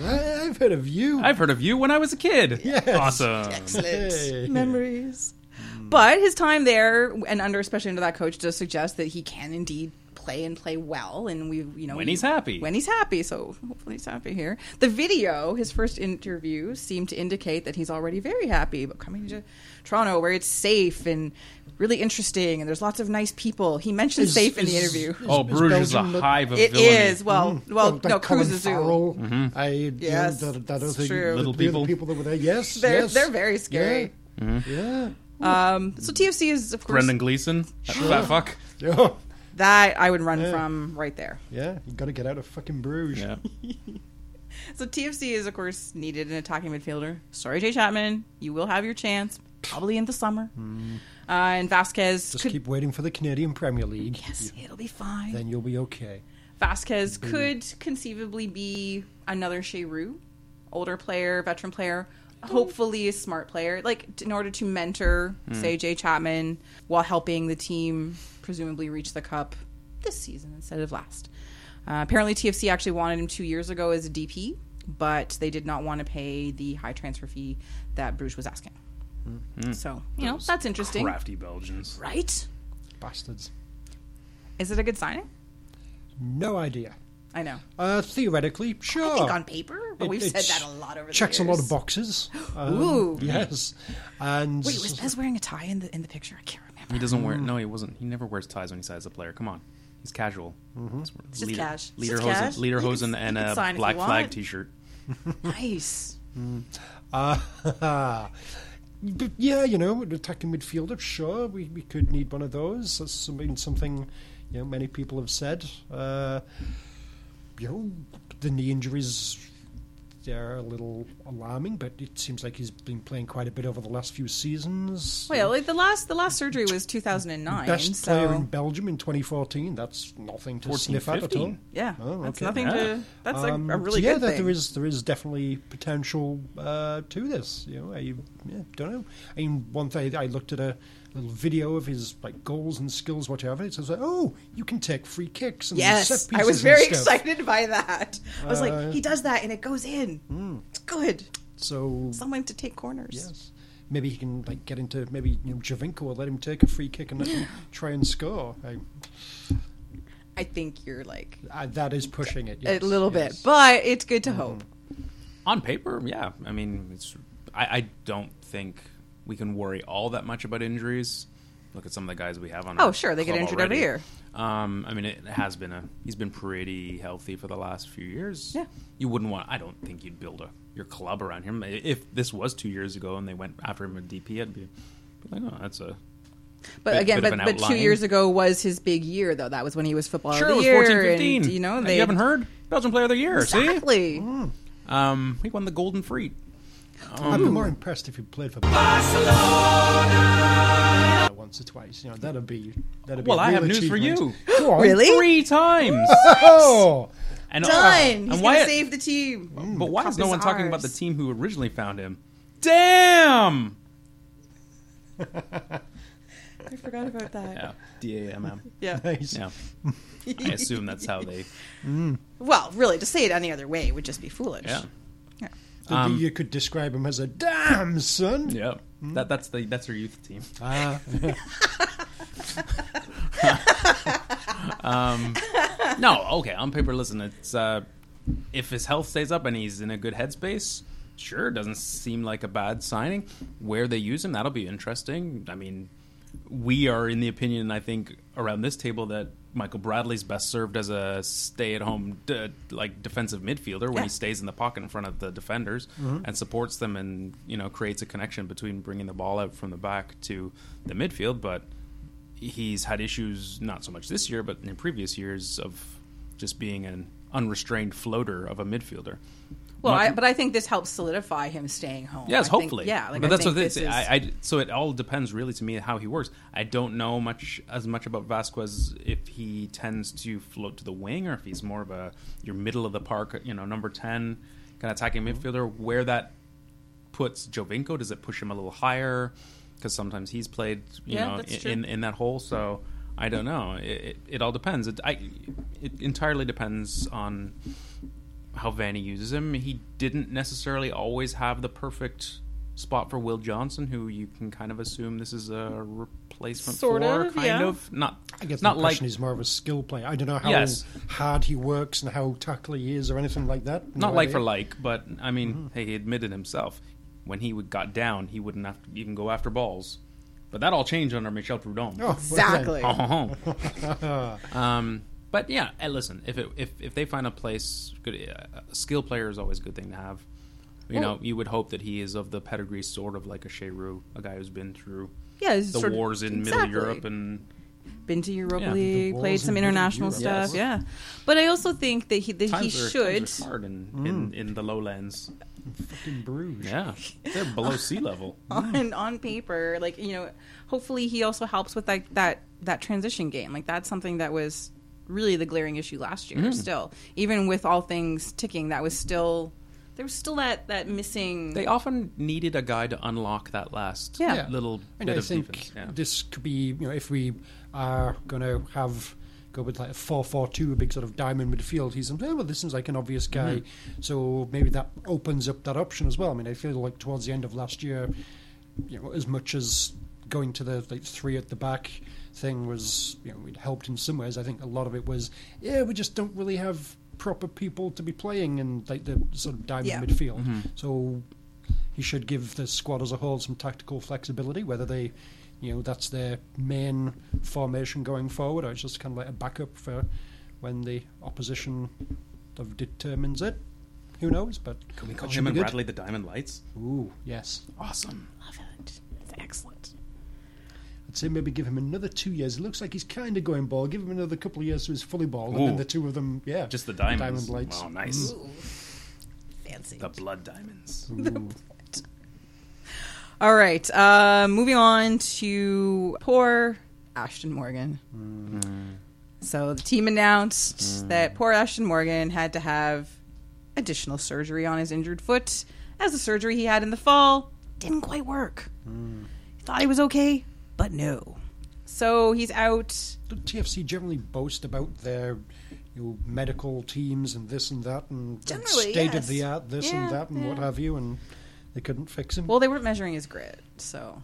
S3: I- I've heard of you.
S1: I've heard of you when I was a kid.
S3: Yes.
S1: Awesome.
S3: Hey.
S2: memories. But his time there and under especially under that coach does suggest that he can indeed play and play well and we you know
S1: When he's happy.
S2: When he's happy, so hopefully he's happy here. The video, his first interview seemed to indicate that he's already very happy but coming to Toronto where it's safe and really interesting and there's lots of nice people. He mentions
S3: Is-
S2: safe in the
S3: is-
S2: interview.
S3: is-
S1: Oh, Bruges is a
S3: Belgium the- Hmm.
S1: hive of
S2: It
S1: villainy.
S2: is well, well,
S3: that
S2: no,
S3: Colin
S2: Cruz is
S3: Farrell, I
S2: Yes,
S3: yeah, that, that
S2: it's true.
S3: other the-
S1: Mm-hmm. Little
S3: the other
S1: people.
S3: people that were there. Yes,
S2: They're-
S3: yes.
S2: they're very scary. Um,
S3: Yeah, yeah.
S2: So TFC is of course
S1: Brendan Gleeson. That fat fuck.
S3: Yeah.
S2: that I would run from right there.
S3: Yeah, you got to get out of fucking Bruges.
S1: Yeah.
S2: So TFC is, of course, needed an attacking midfielder. Sorry, Jay Chapman, you will have your chance, probably in the summer. Uh, and Vasquez
S3: Hmm. Just
S2: could.
S3: keep waiting for the Canadian Premier League.
S2: yes, it'll be fine.
S3: Then you'll be okay.
S2: Vasquez
S3: Mm-hmm.
S2: could conceivably be another Cheru, older player, veteran player, hopefully a smart player, like t- in order to mentor,
S3: Hmm.
S2: say, Jay Chapman while helping the team presumably reach the cup this season instead of last. Uh, apparently, TFC actually wanted him two years ago as a DP, but they did not want to pay the high transfer fee that Bruges was asking.
S3: Mm-hmm.
S2: So, you know, that's interesting.
S1: Crafty Belgians.
S2: Right?
S3: Bastards.
S2: Is it a good signing?
S3: No idea.
S2: I know.
S3: Uh, theoretically, sure.
S2: I think on paper, but
S3: Oh. It-
S2: we've
S3: it
S2: said that
S3: ch-
S2: a lot over the
S3: Checks a
S2: years.
S3: lot of boxes. Um,
S2: Ooh.
S3: Yes. And
S2: Wait, was Bez wearing a tie in the in the picture? I can't remember.
S1: He doesn't wear. No, he wasn't. He never wears ties when he signs a player. Come on, he's casual.
S3: Mm-hmm.
S1: It's
S2: just
S1: leader,
S2: cash. It's
S1: Leader
S2: just
S1: hosen,
S2: cash.
S1: leader
S2: You can-
S1: hosen,
S2: you
S1: and
S2: can
S1: a
S2: sign if you
S1: black
S2: want.
S1: flag T-shirt.
S2: Nice.
S3: Ah, Uh, but yeah, you know, an attacking midfielder, sure, we, we could need one of those. That's something, something you know, many people have said. Uh, you know, the knee injuries, they're a little alarming, but it seems like he's been playing quite a bit over the last few seasons.
S2: Well, like the last the last surgery was 2009.
S3: Best
S2: so
S3: player in Belgium in 2014. That's nothing to
S1: 14,
S3: sniff at at all.
S1: 15.
S2: yeah,
S3: Oh,
S2: that's
S3: okay.
S2: nothing
S1: Yeah.
S2: to. That's a-
S3: Um,
S2: a, really
S3: so yeah,
S2: good
S3: that
S2: thing.
S3: there is there is definitely potential uh, to this. You know, I yeah, don't know. I mean, one day I looked at a little video of his like goals and skills, whatever. It says, like, oh, you can take free kicks and
S2: yes,
S3: set
S2: I
S3: pieces
S2: was very
S3: and Uh, stuff.
S2: excited by that. I was like, he does that and it goes in. It's good.
S3: So
S2: Someone to take corners.
S3: hmm. yes, maybe he can like get into maybe you know Javinko or let him take a free kick and let him try and score. I,
S2: I think you're like
S3: I, that is pushing it yes,
S2: a little bit,
S3: yes. Mm-hmm.
S2: but it's good to hope.
S1: On paper, yeah. I mean, it's. I, I don't think we can worry all that much about injuries. Look at some of the guys we have on.
S2: Oh,
S1: our
S2: sure, they get
S1: club
S2: injured every
S1: already.
S2: year.
S1: Um, I mean, it has been a. He's been pretty healthy for the last few years.
S2: Yeah.
S1: You wouldn't want. I don't think you'd build a your club around him. I- If this was two years ago and they went after him with DP, I'd be, be like, oh, that's a.
S2: But
S1: Bit-
S2: again,
S1: bit of
S2: but,
S1: an
S2: but two
S1: outlying.
S2: years ago was his big year, though. That was when he was football
S1: Sure,
S2: of
S1: it
S2: the
S1: was
S2: year,
S1: 14 15.
S2: and you know
S1: Uh,
S2: they
S1: you haven't heard? Belgian player of the year, see?
S2: exactly.
S3: Mm.
S1: Um, he won the Golden Free.
S3: I'd be more impressed if he played for Barcelona once or twice. You know, that'd be that'd be.
S1: Well,
S3: a
S1: I
S3: real
S1: have news for
S3: achievement.
S1: you.
S3: Go on.
S2: Really?
S1: Three times.
S3: Oh,
S1: And, uh,
S2: Done. He's
S1: and
S2: gonna
S1: why,
S2: save the team.
S1: but why is
S2: Cup
S1: no
S2: is
S1: one talking about the
S2: ours.
S1: team who originally found him? Damn!
S2: forgot about that.
S1: Yeah, D A M M.
S2: Yeah.
S3: Nice.
S1: Yeah, I assume that's how they.
S2: Well, really, to say it any other way would just be foolish.
S1: Yeah,
S2: Yeah.
S3: Maybe you could describe him as a damn son.
S1: Um, yeah. That that's the that's their youth team.
S3: Ah,
S1: Um, No, okay. On paper, listen. It's uh, if his health stays up and he's in a good headspace, sure, doesn't seem like a bad signing. Where they use him, that'll be interesting. I mean, we are in the opinion, I think, around this table that Michael Bradley's best served as a stay-at-home, d- like defensive midfielder when
S2: Yeah.
S1: he stays in the pocket in front of the defenders and supports them, and you know creates a connection between bringing the ball out from the back to the midfield, but he's had issues not so much this year but in previous years of just being an unrestrained floater of a midfielder
S2: Well,
S1: Not-
S2: I, but I think this helps solidify him staying home.
S1: yes
S2: I think-
S1: hopefully
S2: yeah, like
S1: but
S2: I
S1: that's
S2: think
S1: what
S2: this
S1: it's
S2: is-
S1: I, I so it all depends really to me how he works i don't know much as much about vasquez if he tends to float to the wing or if he's more of a your middle of the park you know number 10 kind of attacking
S2: Mm-hmm.
S1: midfielder where that puts jovinko does it push him a little higher because sometimes he's played you
S2: Yeah,
S1: know
S2: that's
S1: in, in
S2: true.
S1: in that hole so i don't know it, it, it all depends it, I, it entirely depends on how Vanny uses him. He didn't necessarily always have the perfect spot for Will Johnson, who you can kind of assume this is a replacement
S2: Sort
S1: for,
S2: of,
S1: kind
S2: yeah.
S1: of. Not,
S3: I guess
S1: not
S3: the
S1: like
S3: impression he's more of a skill player. I don't know how
S1: Yes.
S3: hard he works and how tackly he is or anything like that. No
S1: not like for
S3: idea.
S1: like, but I mean,
S3: Mm-hmm.
S1: hey, he admitted himself when he would, got down, he wouldn't have to even go after balls. But that all changed under Michel Prudhomme.
S3: Oh, well,
S2: exactly. Uh-huh.
S1: um, but yeah, and listen, if it, if if they find a place, good, uh, a skill player is always a good thing to have. You know, you would hope that he is of the pedigree, sort of like a Cheru, a guy who's been through
S2: yeah, it's
S1: the
S2: sort of-
S1: wars in
S2: exactly.
S1: Middle Europe and
S2: been to Europa
S1: Yeah.
S2: League,
S3: The
S2: played
S3: walls
S2: some
S3: in Middle
S2: international
S3: Europe.
S1: Yes.
S2: stuff. Yeah, but I also think that he that he
S1: times are-
S2: should. Hmm.
S1: times are hard in, in, in the lowlands.
S3: in Bruges.
S1: Yeah, they're below sea level.
S2: on on paper like you know hopefully he also helps with like that that transition game like that's something that was really the glaring issue last
S1: Mm.
S2: year still even with all things ticking that was still there was still that that missing
S1: They often needed a guy to unlock that last
S2: Yeah.
S3: Yeah.
S1: little
S3: And
S1: bit
S3: I
S1: of
S3: think
S1: defense. Yeah.
S3: this could be, you know, if we are going to have go with like a four-four-two, a big sort of diamond midfield, he's oh, well, this seems like an obvious guy.
S1: Mm-hmm.
S3: So maybe that opens up that option as well. I mean, I feel like towards the end of last year, you know, as much as going to the like three at the back thing was, you know, it helped in some ways. I think a lot of it was, yeah, we just don't really have proper people to be playing in like the sort of diamond
S2: Yeah.
S3: midfield.
S1: Mm-hmm.
S3: So he should give the squad as a whole some tactical flexibility, whether they, you know, that's their main formation going forward, or it's just kind of like a backup for when the opposition sort of determines it. Who knows? But
S1: Can we
S3: that
S1: call
S3: should
S1: him
S3: be
S1: and
S3: good.
S1: Bradley the Diamond Lights?
S3: Ooh, yes.
S1: Awesome.
S2: love it it's excellent
S3: I'd say maybe give him another two years. It looks like he's kind of going ball. Give him another couple of years so he's fully ball, and then
S1: Ooh.
S3: the two of them, yeah,
S1: Just the diamonds.
S3: diamond lights.
S1: Wow, nice.
S2: Mm. fancy
S1: The blood diamonds.
S2: all right uh moving on to poor ashton morgan so the team announced that poor ashton morgan had to have additional surgery on his injured foot, as the surgery he had in the fall didn't quite work. He thought he was okay, but no. So he's out.
S3: Don't TFC generally boast about their you know, medical teams and this and that and
S2: Generally,
S3: state
S2: yes.
S3: of the art this
S2: Yeah,
S3: and that and what
S2: yeah.
S3: have you, and they couldn't fix him.
S2: Well, they weren't measuring his grit, so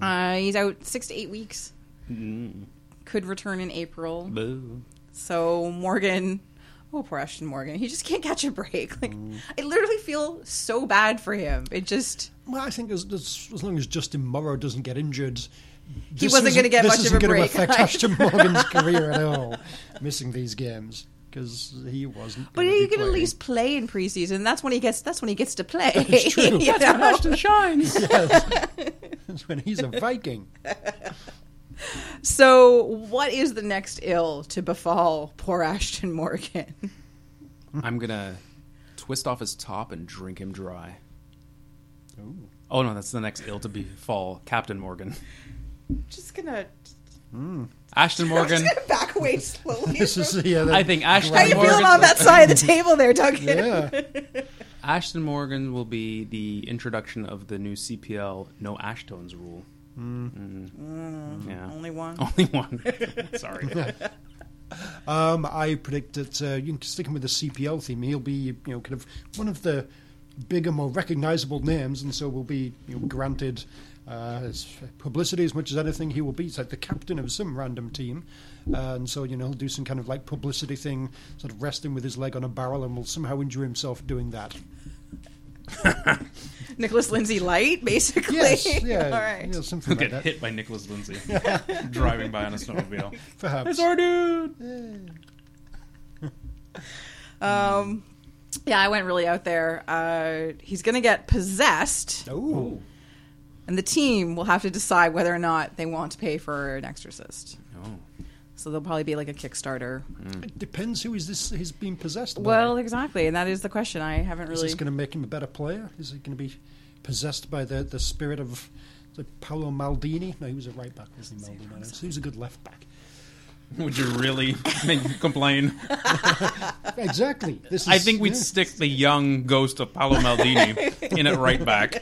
S2: Uh, he's out six to eight weeks. Could return in April.
S1: Boo.
S2: So Morgan, oh poor Ashton Morgan, he just can't catch a break. Like
S3: Mm.
S2: I literally feel so bad for him. It just
S3: Well, I think as, as, as long as Justin Morrow doesn't get injured, he
S2: wasn't gonna get much of a break
S3: affect
S2: either.
S3: Ashton Morgan's career at all, missing these games because he wasn't.
S2: But
S3: gonna
S2: he
S3: be
S2: can at
S3: playing.
S2: least play in preseason. That's when he gets. That's when he gets to play.
S3: It's true.
S2: You
S3: That's when
S2: know?
S3: Ashton shines. yes. That's when he's a Viking.
S2: So, what is the next ill to befall poor Ashton Morgan?
S1: I'm gonna twist off his top and drink him dry. Oh no, that's the next ill to befall Captain Morgan.
S2: Just gonna,
S1: Ashton Morgan.
S2: just gonna back away slowly.
S3: This is yeah.
S1: I think Ashton
S2: How you
S1: Morgan.
S2: feeling on that side of the table there, Duncan?
S3: Yeah.
S1: Ashton Morgan will be the introduction of the new CPL no Ashtones rule. Mm-hmm. Yeah.
S2: Only one.
S1: Only one. Sorry.
S3: Um, I predict that uh, you know, sticking with the CPL theme, he'll be you know kind of one of the bigger, more recognizable names, and so will be you know, granted uh, as publicity as much as anything. He will be it's like the captain of some random team, uh, and so you know he'll do some kind of like publicity thing, sort of resting with his leg on a barrel, and will somehow injure himself doing that.
S2: Nicholas Lindsay Light, basically.
S3: Yes, yeah,
S2: All right.
S3: you know, something
S1: Who
S3: like
S1: get
S3: that.
S1: hit by Nicholas Lindsay driving by on a snowmobile?
S3: Perhaps.
S1: It's our dude.
S2: Um, yeah, I went really out there. Uh, he's going to get possessed,
S3: Oh,
S2: and the team will have to decide whether or not they want to pay for an exorcist.
S1: Oh.
S2: So there'll probably be like a Kickstarter.
S3: it depends who is this. He's being possessed. by.
S2: Well, exactly, and that is the question. I haven't
S3: Is
S2: really.
S3: this going to make him a better player? Is he going to be possessed by the, the spirit of the Paolo Maldini? No, he was a right back, wasn't he? Maldini. So he was a good left back.
S1: Would you really make complain?
S3: Exactly. This is,
S1: I think we'd
S3: yeah.
S1: stick the young ghost of Paolo Maldini in at right back.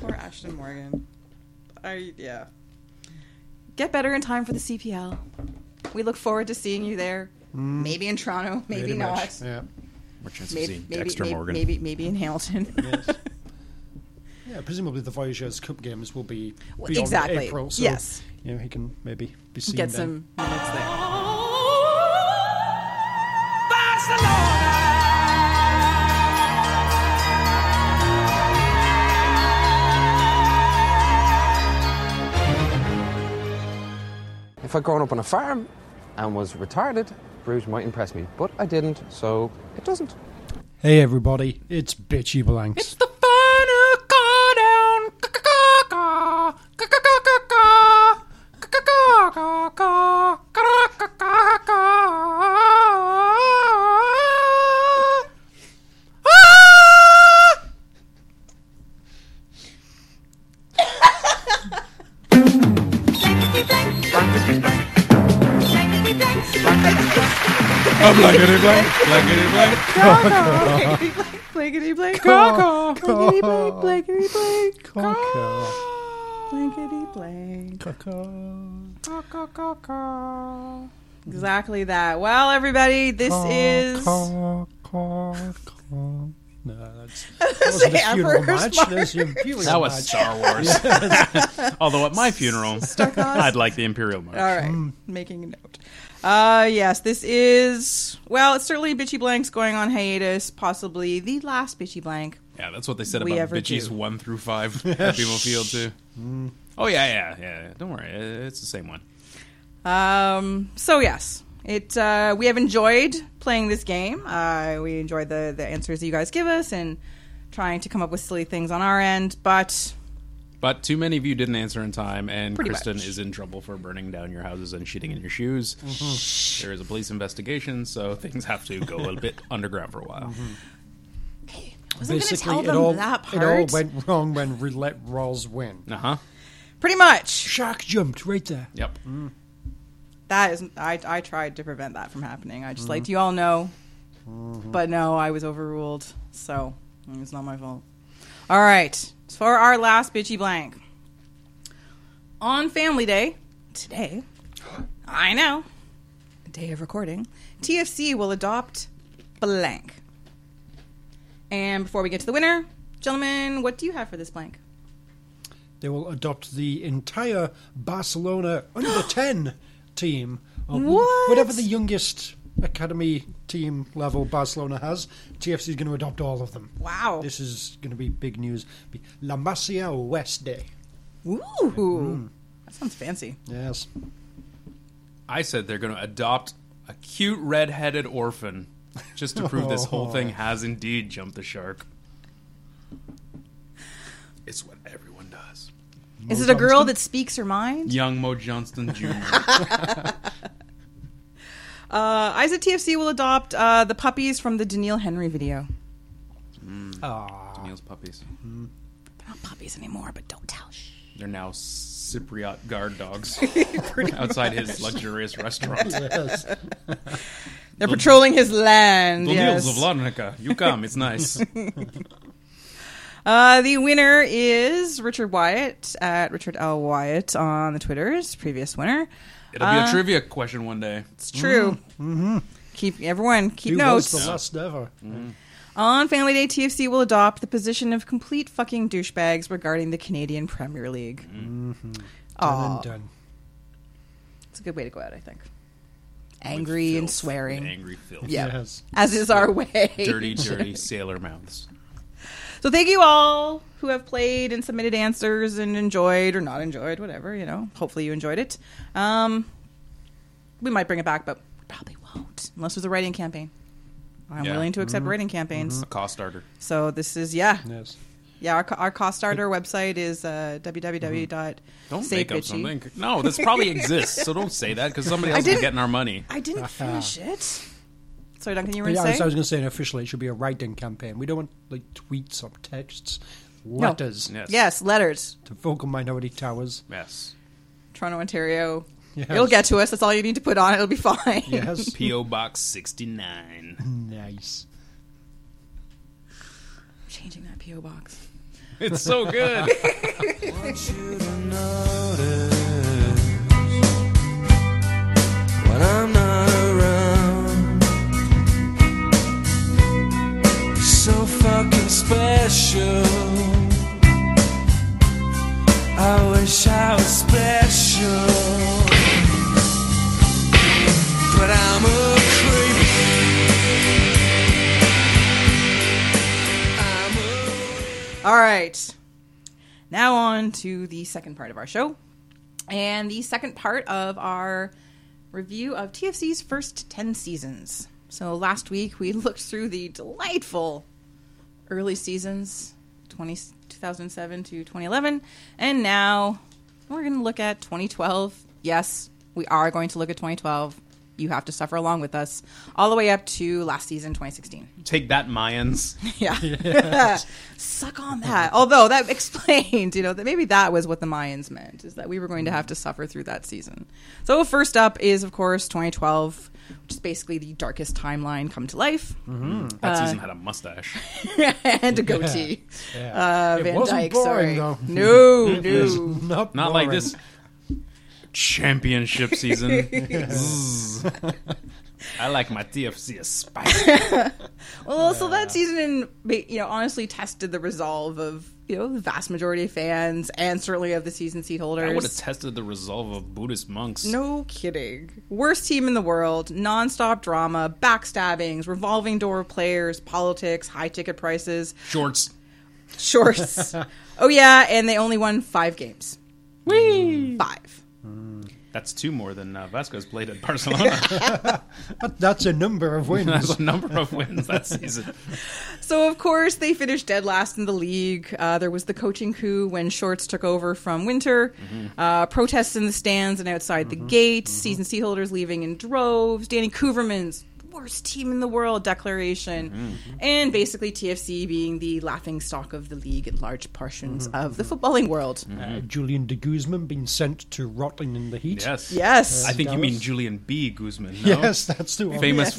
S2: Poor Ashton Morgan. I yeah. Get better in time for the CPL. We look forward to seeing you there. Maybe in Toronto, maybe
S3: Mm. Pretty
S2: not.
S3: much, Yeah.
S1: More chance of
S2: Maybe
S1: seeing
S2: maybe,
S1: Dexter
S2: maybe,
S1: Morgan.
S2: maybe maybe in Hamilton.
S3: yeah, presumably the Voyageurs Cup games will be
S2: Well,
S3: beyond
S2: exactly.
S3: April, so
S2: Yes.
S3: you know, he can maybe be seen
S2: Get
S3: then.
S2: some minutes there.
S5: Oh,
S7: If I'd grown up on a farm and was retarded, Bruges might impress me, but I didn't, so it doesn't.
S3: Hey everybody, it's Bitchy Blanks.
S1: The final countdown. Ka-ka-ka-ka. Ka-ka-ka-ka-ka. Ka-ka-ka-ka-ka. Ka-ka-ka-ka-ka. Ah! Blankety blank, blankety blank.
S2: Blankety blank.
S3: Caw,
S2: Blankety blank. Blankety blank.
S3: Caw,
S2: Blankety blank.
S3: caw, caw.
S2: Exactly that. Well, everybody, this is
S3: Caw, caw, caw. No, that's, that wasn't a
S2: the
S3: funeral
S2: Emperor's
S3: march. That was a funeral
S1: That was
S3: march.
S1: Star Wars. Although at my funeral, I'd like the Imperial March.
S2: All right, making a note. Uh, yes, this is well. It's certainly bitchy blanks going on hiatus, possibly the last bitchy blank.
S1: Yeah, that's what they said
S2: We
S1: about
S2: ever
S1: bitches
S2: do. Mm-hmm.
S1: one through five at Beaver Field too. Oh yeah, yeah, yeah. yeah. Don't worry, uh, it's the same one.
S2: Um, so yes, it. Uh, we have enjoyed playing this game. Uh, we enjoyed the the answers that you guys give us and trying to come up with silly things on our end. But
S1: But too many of you didn't answer in time, and
S2: Pretty
S1: Kristen
S2: much.
S1: is in trouble for burning down your houses and shitting in your shoes.
S2: Mm-hmm.
S1: There is a police investigation, so things have to go a bit underground for a while.
S2: Mm-hmm. I wasn't going to
S3: Basically,
S2: tell
S3: it
S2: them
S3: all,
S2: that part.
S3: it all went wrong when we let Roz win.
S1: Uh huh.
S2: Pretty much.
S3: Shark jumped right there.
S1: Yep.
S2: That is. I I tried to prevent that from happening. I just let you all know. But no, I was overruled. So it's not my fault. All right. For our last bitchy blank. On Family Day, today, I know, day of recording, TFC will adopt blank. And before we get to the winner, gentlemen, what do you have for this blank?
S3: They will adopt the entire Barcelona under 10 team. Or
S2: What?
S3: Whatever the youngest academy team level Barcelona has, TFC is going to adopt all of them.
S2: Wow.
S3: This is going to be big news. Be La Masia West Day.
S2: Ooh. That sounds fancy.
S3: Yes.
S1: I said they're going to adopt a cute red-headed orphan, just to prove this whole thing has indeed jumped the shark. It's what everyone does.
S2: Is it a girl that speaks her mind?
S1: Young Mo Johnston Jr.
S2: Uh, Isaac TFC will adopt uh, the puppies from the Daniil Henry video.
S1: Neil's puppies.
S2: They're not puppies anymore, but don't tell. Shh.
S1: They're now Cypriot guard dogs outside his luxurious restaurant.
S3: Yes.
S2: They're patrolling his land.
S1: The
S2: yes.
S1: Nils of Larnaca. You come. It's nice.
S2: Uh, the winner is Richard Wyatt at Richard L. Wyatt on the Twitters, previous winner.
S1: It'll
S2: Uh,
S1: be a trivia question one day.
S2: It's true. Mm-hmm. Keep everyone keep
S3: He was
S2: notes.
S3: the last ever.
S2: On Family Day, TFC will adopt the position of complete fucking douchebags regarding the Canadian Premier League.
S3: Done
S2: Aw,
S3: and done.
S2: it's a good way to go out, I think. Angry and
S1: Filth.
S2: swearing,
S1: Angry filth.
S2: yeah,
S3: Yes.
S2: as is our way.
S1: Dirty, dirty sailor mouths.
S2: So thank you all who have played and submitted answers and enjoyed or not enjoyed, whatever, you know. Hopefully you enjoyed it. Um, we might bring it back, but probably won't unless there's a writing campaign. I'm
S1: Yeah.
S2: willing to accept
S3: Mm-hmm.
S2: writing campaigns.
S1: A cost starter.
S2: So this is, yeah.
S3: Yes.
S2: Yeah, our, co- our cost starter website is uh,
S3: Mm-hmm.
S2: www. dot
S1: Don't
S2: Say
S1: make up
S2: bitchy.
S1: something. No, this probably exists. So don't say that because somebody else is
S2: didn't-
S1: getting our money.
S2: I didn't finish it. Sorry, Duncan, you were
S3: Yeah, I
S2: going to
S3: was, I
S2: say?
S3: was going to say, officially, it should be a writing campaign. We don't want like tweets or texts, letters
S1: Yes.
S2: Yes, letters.
S3: to vocal minority towers.
S1: Yes.
S2: Toronto, Ontario.
S3: Yes.
S2: It'll get to us. That's all you need to put on. it. It'll be fine.
S3: Yes.
S1: P.O. Box 69.
S3: nice.
S2: Changing that P.O. box.
S1: It's so good.
S5: When I'm not around, you're so fucking special. I wish I was special, but I'm a creep.
S2: All right. Now on to the second part of our show. And the second part of our review of TFC's first 10 seasons. So last week we looked through the delightful early seasons 20, 2007 to 2011. And now we're going to look at 2012. Yes, we are going to look at 2012. You have to suffer along with us all the way up to last season 2016.
S1: Take that, Mayans.
S2: Yeah. Suck on that. Although that explained, you know, that maybe that was what the Mayans meant, is that we were going to have
S3: Mm-hmm.
S2: to suffer through that season. So, first up is, of course, 2012, which is basically the darkest timeline come to life,
S3: Mm.
S1: That season had a mustache.
S2: and a goatee.
S3: Yeah.
S2: Uh,
S3: It
S2: Van
S3: wasn't
S2: Dyke, sorry.
S3: boring, though.
S2: No, no.
S3: Not,
S1: Not like
S3: boring.
S1: this championship season. Zzz. I like my TFC a spicy.
S2: Well, so that season, you know, honestly tested the resolve of, you know, the vast majority of fans and certainly of the season seat holders.
S1: I would have tested the resolve of Buddhist monks.
S2: No kidding. Worst team in the world, nonstop drama, backstabbings, revolving door of players, politics, high ticket prices,
S1: Shorts.
S2: shorts. oh yeah, and they only won five games. Whee! Five.
S1: That's two more than uh, Vasquez played at Barcelona.
S3: That- that's a number of wins.
S1: That's a number of wins that season.
S2: So of course they finished dead last in the league. Uh, there was the coaching coup when Shorts took over from Winter.
S3: Mm-hmm.
S2: Uh, protests in the stands and outside the gate. Season seat holders leaving in droves. Danny Kuverman's worst team in the world declaration,
S3: Mm-hmm.
S2: and basically TFC being the laughing stock of the league at large portions
S3: Mm-hmm.
S2: of the footballing world.
S3: Uh, Julian de Guzman being sent to rotting in the heat.
S1: Yes.
S2: Yes,
S1: I think you mean
S3: Dallas.
S1: Julian B. Guzman. No?
S3: Yes, that's the one.
S1: Famous
S2: Yes.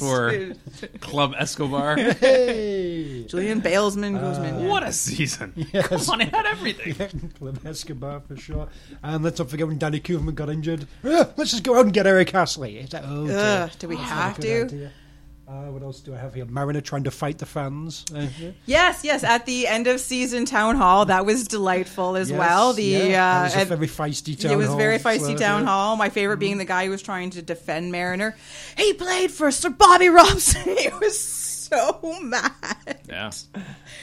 S1: for Club Escobar.
S3: Hey!
S2: Julian
S3: Uh,
S2: Balesman Guzman.
S1: what a season.
S3: Yes.
S1: Come on, it had everything.
S3: Club Escobar for sure. And let's not forget when Danny Kuhlman got injured. Ugh, let's just go out and get Eric Astley. Is that, oh, dear.
S2: Ugh, do we have
S3: Good
S2: to?
S3: idea. Uh, what else do I have here? Mariner trying to fight the fans. Uh,
S2: Yes, yes. At the end of season town hall, that was delightful as
S3: yes,
S2: well. The
S3: yeah,
S2: uh,
S3: that was a
S2: and-
S3: very feisty town
S2: it was
S3: hall,
S2: very feisty
S3: so, Mm-hmm.
S2: town
S3: yeah.
S2: hall. My favorite being the guy who was trying to defend Mariner. He played for Sir Bobby Robson. It was so mad.
S1: Yeah.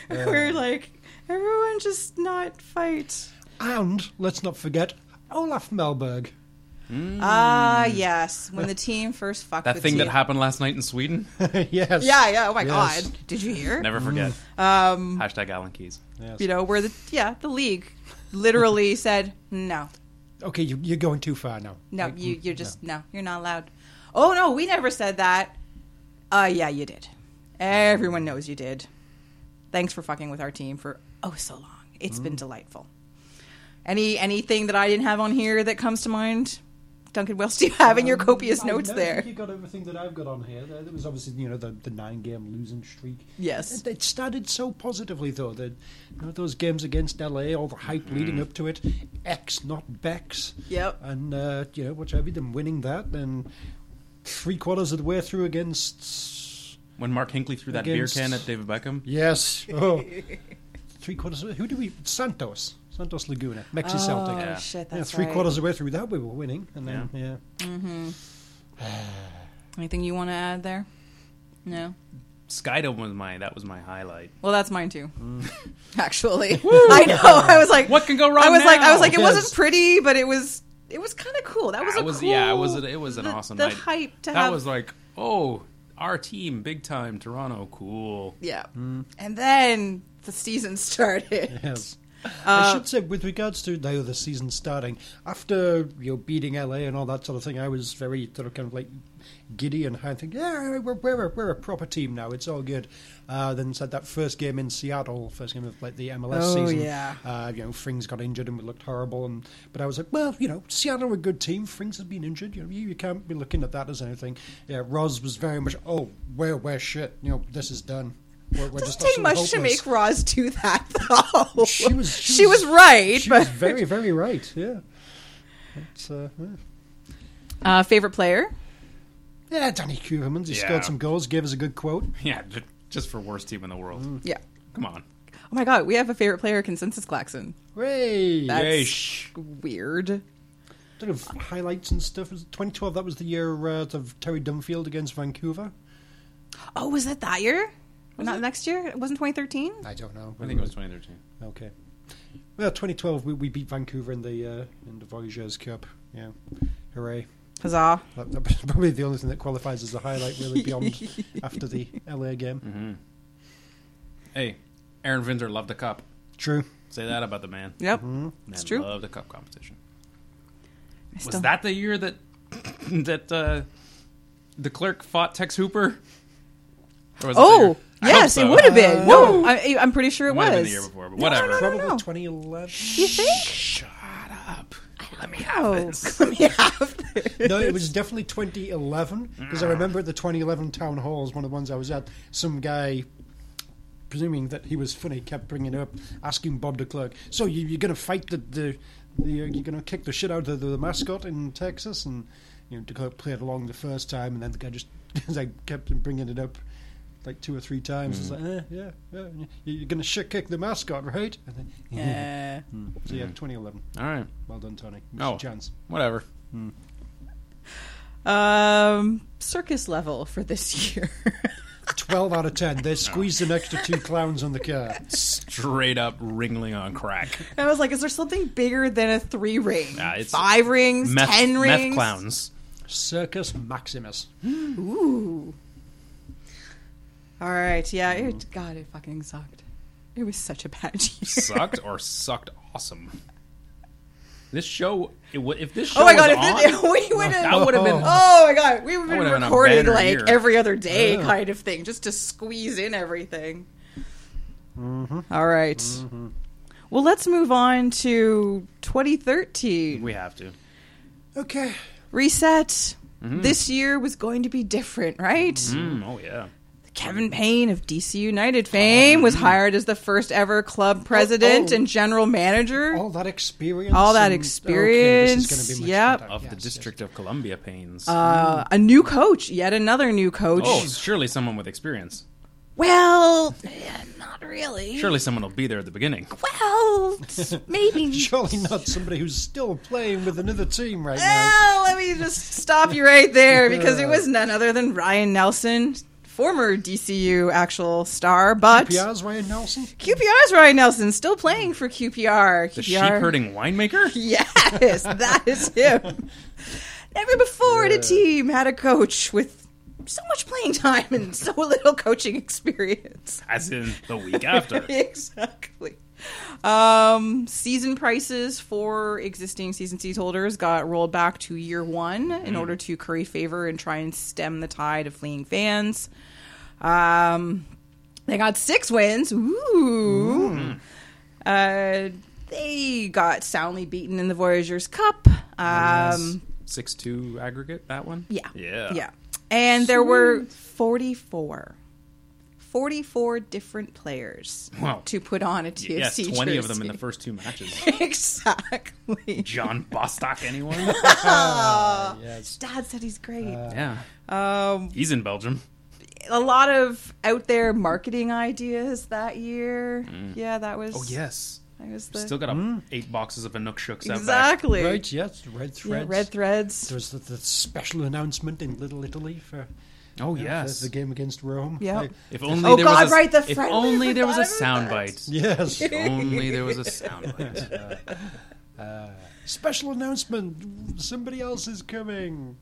S2: We We're like, everyone just not fight.
S3: And let's not forget Olaf Melberg. Mm.
S2: Ah, yes. When the team first fucked
S1: That
S2: with
S1: thing that
S2: you.
S1: happened last night in Sweden.
S3: yes.
S2: Yeah, yeah. Oh my
S3: Yes.
S2: god. Did you hear?
S1: Never forget. Um, Hashtag Alan Keys.
S3: Yes.
S2: You know where the yeah the league literally said no,
S3: Okay, you, you're going too far now.
S2: no. You you're just no. You're not allowed. Oh no, we never said that. Uh, yeah, you did. Everyone knows you did. Thanks for fucking with our team for oh so long.
S3: Mm.
S2: It's been delightful. Any anything that I didn't have on here that comes to mind, Duncan Welsh, do you have in your copious
S3: Um, I
S2: notes
S3: don't
S2: there?
S3: think You got everything that I've got on here. There, there was obviously you know the, the nine game losing streak.
S2: Yes.
S3: it, it started so positively though. That you know, those games against LA, all the hype leading up to it, X not Bex.
S2: Mm-hmm. Yep.
S3: and uh, you know what have you them winning that then three quarters of the way through against
S1: When Mark Hinckley threw that
S3: Against-
S1: beer can at David Beckham,
S3: yes oh three quarters of the way- who do we Santos Santos Laguna Mexi Celtic
S2: Oh,
S1: Yeah.
S2: shit,
S3: yeah
S2: that's
S3: three
S2: right.
S3: quarters of the way through that we were winning and then yeah.
S2: Anything you want to add there? No.
S1: Skydome was my that was my highlight.
S2: Well, that's mine too.
S1: Mm.
S2: Actually, I know. I was like,
S1: What can go wrong
S2: I was like, I was
S1: now?
S2: like, it
S3: Yes.
S2: wasn't pretty, but it was, it was kind of cool. That was
S1: That
S2: a
S1: was
S2: cool,
S1: yeah, it was a, it was an
S2: the-
S1: awesome
S2: The
S1: night.
S2: hype to
S1: that
S2: have
S1: was like oh our team big time Toronto cool.
S2: Yeah.
S1: Mm.
S2: And then the season started.
S3: Yes.
S2: Uh,
S3: I should say, with regards to now the season starting, after you know beating LA and all that sort of thing, I was very sort of kind of like giddy and high, thinking, yeah, we're we're a, we're a proper team now. It's all good. Uh, then said that first game in Seattle, first game of like the MLS
S2: Oh,
S3: season.
S2: yeah.
S3: Uh, you know, Frings got injured and we looked horrible. And but I was like, well, you know, Seattle are a good team. Frings has been injured. You know, you, you can't be looking at that as anything. Yeah, Roz was very much, oh, we're we're shit. You know, this is done. We're, we're
S2: Doesn't
S3: just
S2: take much to
S3: absolutely
S2: make
S3: hopeless.
S2: Roz do that, though.
S3: She was- she
S2: She
S3: was-
S2: was right.
S3: She
S2: but
S3: was very, very right. Yeah. It's, uh, yeah.
S2: uh, favorite player?
S3: yeah, Danny Kuverman. He
S1: Yeah.
S3: scored some goals, gave us a good quote.
S1: Yeah, ju- just for worst team in the world.
S2: Yeah.
S1: Come on,
S2: Oh my god, we have a favorite player consensus klaxon.
S3: Hooray!
S2: That's
S1: Yeesh.
S2: weird.
S3: Sort of highlights and stuff. It was 2012, that was the year uh, of Terry Dunfield against Vancouver.
S2: Oh, was that that year? Not next year? It wasn't 2013?
S3: I don't know.
S1: I think it was 2013.
S3: Okay. Well, 2012, we, we beat Vancouver in the uh, in the Voyageurs Cup. Yeah. Hooray.
S2: Huzzah.
S3: That, that was probably the only thing that qualifies as a highlight, really, beyond after the LA game.
S1: Mm-hmm. Hey, Aaron Vinter loved the cup.
S3: True.
S1: Say that about the man.
S2: Yep.
S1: Man
S2: It's true.
S1: Loved the cup competition.
S2: I
S1: Was
S2: still-
S1: that the year that that uh, the clerk fought Tex Hooper? Or was it the year-
S2: Oh,
S1: I
S2: yes,
S1: hope so.
S2: it would have been. no, I, I'm pretty sure it,
S1: It might
S2: was.
S1: have been the year before, but whatever.
S2: No, no, no,
S3: Probably
S2: no, no.
S3: 2011.
S2: You think?
S1: Shut up. Let me
S2: Oh,
S1: have this.
S2: let me have this.
S3: no, it was definitely 2011 because
S2: Mm.
S3: I remember at the 2011 town halls, one of the ones I was at, some guy, presuming that he was funny, kept bringing up, asking Bob the clerk, "So you, you're going to fight the the, the uh, you're going to kick the shit out of the, the mascot in Texas?" And you know, the clerk played along the first time, and then the guy just like kept bringing it up. Like two or three times,
S2: Mm.
S3: it's like, eh, yeah, yeah, you- you're gonna shit kick the mascot, right? And then,
S2: Yeah.
S3: so yeah, 2011.
S1: All right.
S3: Well done, Tony. Missed
S1: Oh.
S3: your chance.
S1: Whatever. Hmm.
S2: Um, circus level for this year.
S3: 12 out of 10. They squeezed an extra two clowns on the car.
S1: Straight up ringling on crack.
S2: I was like, is there something bigger than a three ring?
S1: Nah, it's-
S2: Five rings,
S1: Meth,
S2: ten rings.
S1: meth clowns.
S3: Circus Maximus.
S2: Ooh. All right. Yeah. It, God, it fucking sucked. It was such a bad year.
S1: Sucked or sucked awesome. This show, it, wa- if this show
S2: Oh my
S1: was
S2: god! If
S1: on,
S2: this, we would
S1: that
S2: have.
S1: would have been
S2: Oh my god, we would
S1: That
S2: have
S1: would've
S2: been
S1: been a
S2: recording
S1: banner
S2: like
S1: year.
S2: every other day, kind of thing, just to squeeze in everything.
S3: Mm-hmm.
S2: All right. Well, let's move on to 2013.
S1: we have to.
S3: Okay.
S2: Reset.
S1: Mm-hmm.
S2: This year was going to be different, right?
S1: Mm, oh yeah.
S2: Kevin Payne of DC United
S1: Oh,
S2: fame was hired as the first ever club president
S3: oh.
S2: and general manager.
S3: All that experience.
S2: All that
S3: and-
S2: experience,
S3: Okay, this is gonna be much
S2: yep.
S3: better.
S1: Of
S3: Yes,
S1: the
S3: yes.
S1: District of Columbia pains.
S3: mm.
S2: Uh, a new coach, yet another new coach.
S1: oh, surely someone with experience.
S2: Well, eh, not really.
S1: Surely someone will be there at the beginning.
S2: Well, s- maybe.
S3: Surely not somebody who's still playing with another team right now.
S2: well, let me just stop you right there because it was none other than Ryan Nelson, former DCU actual star, but
S3: PR's Ryan Nelson?
S2: QPR's Ryan Nelson still playing for QPR.
S1: The
S2: QPR.
S1: sheep herding winemaker?
S2: Yes, that is him. Never before had a team had a coach with so much playing time and so little coaching experience.
S1: As in the week after.
S2: exactly. Um, season prices for existing season seat holders got rolled back to year one in order to curry favor and try and stem the tide of fleeing fans. Um, they got six wins. Ooh. Uh, they got soundly beaten in the Voyagers Cup. Um,
S1: six two aggregate. That one.
S2: Yeah.
S1: Yeah.
S2: Yeah. And there were 44. 44 different players
S1: Wow.
S2: to put on a
S1: Y-
S2: TFC
S1: Yes, twenty of them in
S2: jersey.
S1: the first two matches.
S2: exactly.
S1: John Bostock, anyone?
S2: Dad said he's great.
S1: yeah. Um, He's in Belgium.
S2: a lot of out there marketing ideas that year. Yeah, that was.
S1: Oh yes. Hmm.
S2: That was the,
S1: Still got a, eight boxes of Anook Shooks out back.
S2: exactly.
S3: Right, yes, Red
S2: Yeah,
S3: Threads.
S2: red threads.
S3: There was the, the special announcement in Little Italy for
S1: Oh
S3: uh,
S1: yes.
S3: the, the game against Rome.
S2: Yeah.
S3: Like,
S1: If only
S2: Oh,
S1: there
S2: God,
S1: was a,
S2: right, the
S1: if
S2: friendly,
S1: only there was a
S2: forgot about that.
S1: soundbite.
S3: yes.
S1: If only there was a soundbite.
S3: special announcement. Somebody else is coming.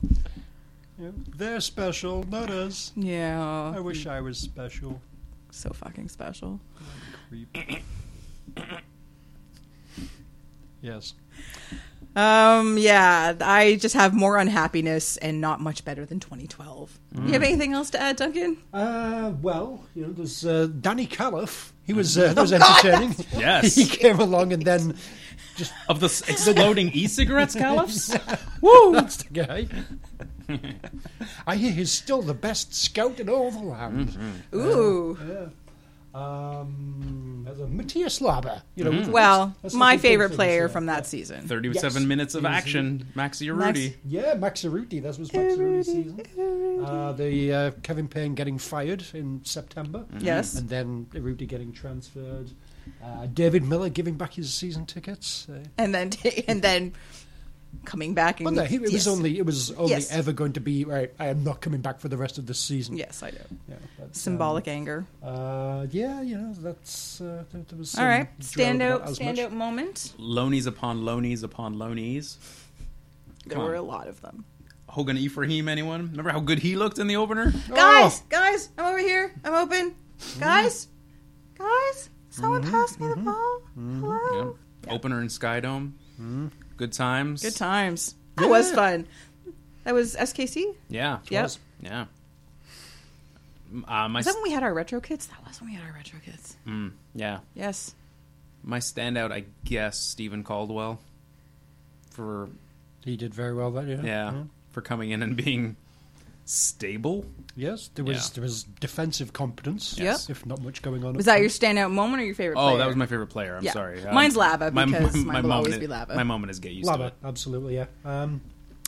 S3: Yeah, they're special, not us. I
S2: Yeah.
S3: wish I was special.
S2: So fucking special.
S3: Creep. yes.
S2: Um, yeah, I just have more unhappiness and not much better than 2012. You have anything else to add, Duncan?
S3: Uh, well, you know, there's uh, Danny Califf. He was uh, that was entertaining.
S1: Yes.
S3: he came along and then
S1: of the s- exploding e-cigarettes, Caliph.
S3: woo, that's the guy. I hear he's still the best scout in all the land. uh,
S2: Ooh.
S3: Um, there's a Matthias Laber, you know.
S2: Well,
S3: That's the
S2: my
S3: big thing
S2: favorite
S3: for this
S2: player
S3: year,
S2: from
S3: yeah.
S2: that season.
S1: Thirty-seven
S3: Yes.
S1: minutes of
S3: Easy.
S1: action. Maxi
S2: Max-
S1: Arudi.
S3: Yeah, Max Cerruti. That was Max Cerruti's season. Uh, the uh, Kevin Payne getting fired in September.
S1: Mm-hmm.
S2: Yes.
S3: And then Cerruti getting transferred. Uh, David Miller giving back his season tickets. Uh,
S2: And then and then coming back and
S3: But no, he, it was
S2: yes.
S3: only it was only
S2: Yes.
S3: ever going to be right. I am not coming back for the rest of this season.
S2: Yes, I do.
S1: Um,
S3: yeah, but,
S2: Symbolic anger.
S3: uh, yeah, you know that's uh, there, there was some
S2: All right.
S3: drill, but not
S2: Standout
S3: as much.
S2: standout moment.
S1: Lonies upon lonies upon lonies.
S2: There
S1: Come on.
S2: were a lot of them.
S1: Hogan Ephraim, anyone? Remember how good he looked in the opener?
S2: Guys, guys, I'm over here. I'm open. Guys, guys, someone pass me the ball. Hello.
S1: Yeah. Opener in Skydome. Good times.
S2: Hmm. Good times. That was fun. That was SKC.
S1: Yeah.
S2: Yep.
S1: Yeah. M- Uh, my
S2: Was that when we had our retro kits? That was when we had our retro kits.
S1: Mm. yeah
S2: Yes.
S1: my standout, I guess, Stephen Caldwell for
S3: He did very well that year.
S1: yeah
S2: Hmm.
S1: for coming in and being stable.
S3: Yes, there was
S1: Yeah.
S3: there was defensive competence.
S2: Yes.
S3: if not much going on.
S2: Was
S3: up
S2: that your
S3: front.
S2: standout moment or your favorite?
S1: Oh,
S2: player?
S1: that was my favorite player. I'm
S2: Yeah.
S1: sorry. Um,
S2: Mine's Lava, because mine will
S1: moment
S2: always
S1: is,
S2: be Lava.
S1: My moment is get used
S3: Lava,
S1: to it.
S3: absolutely, yeah. Um,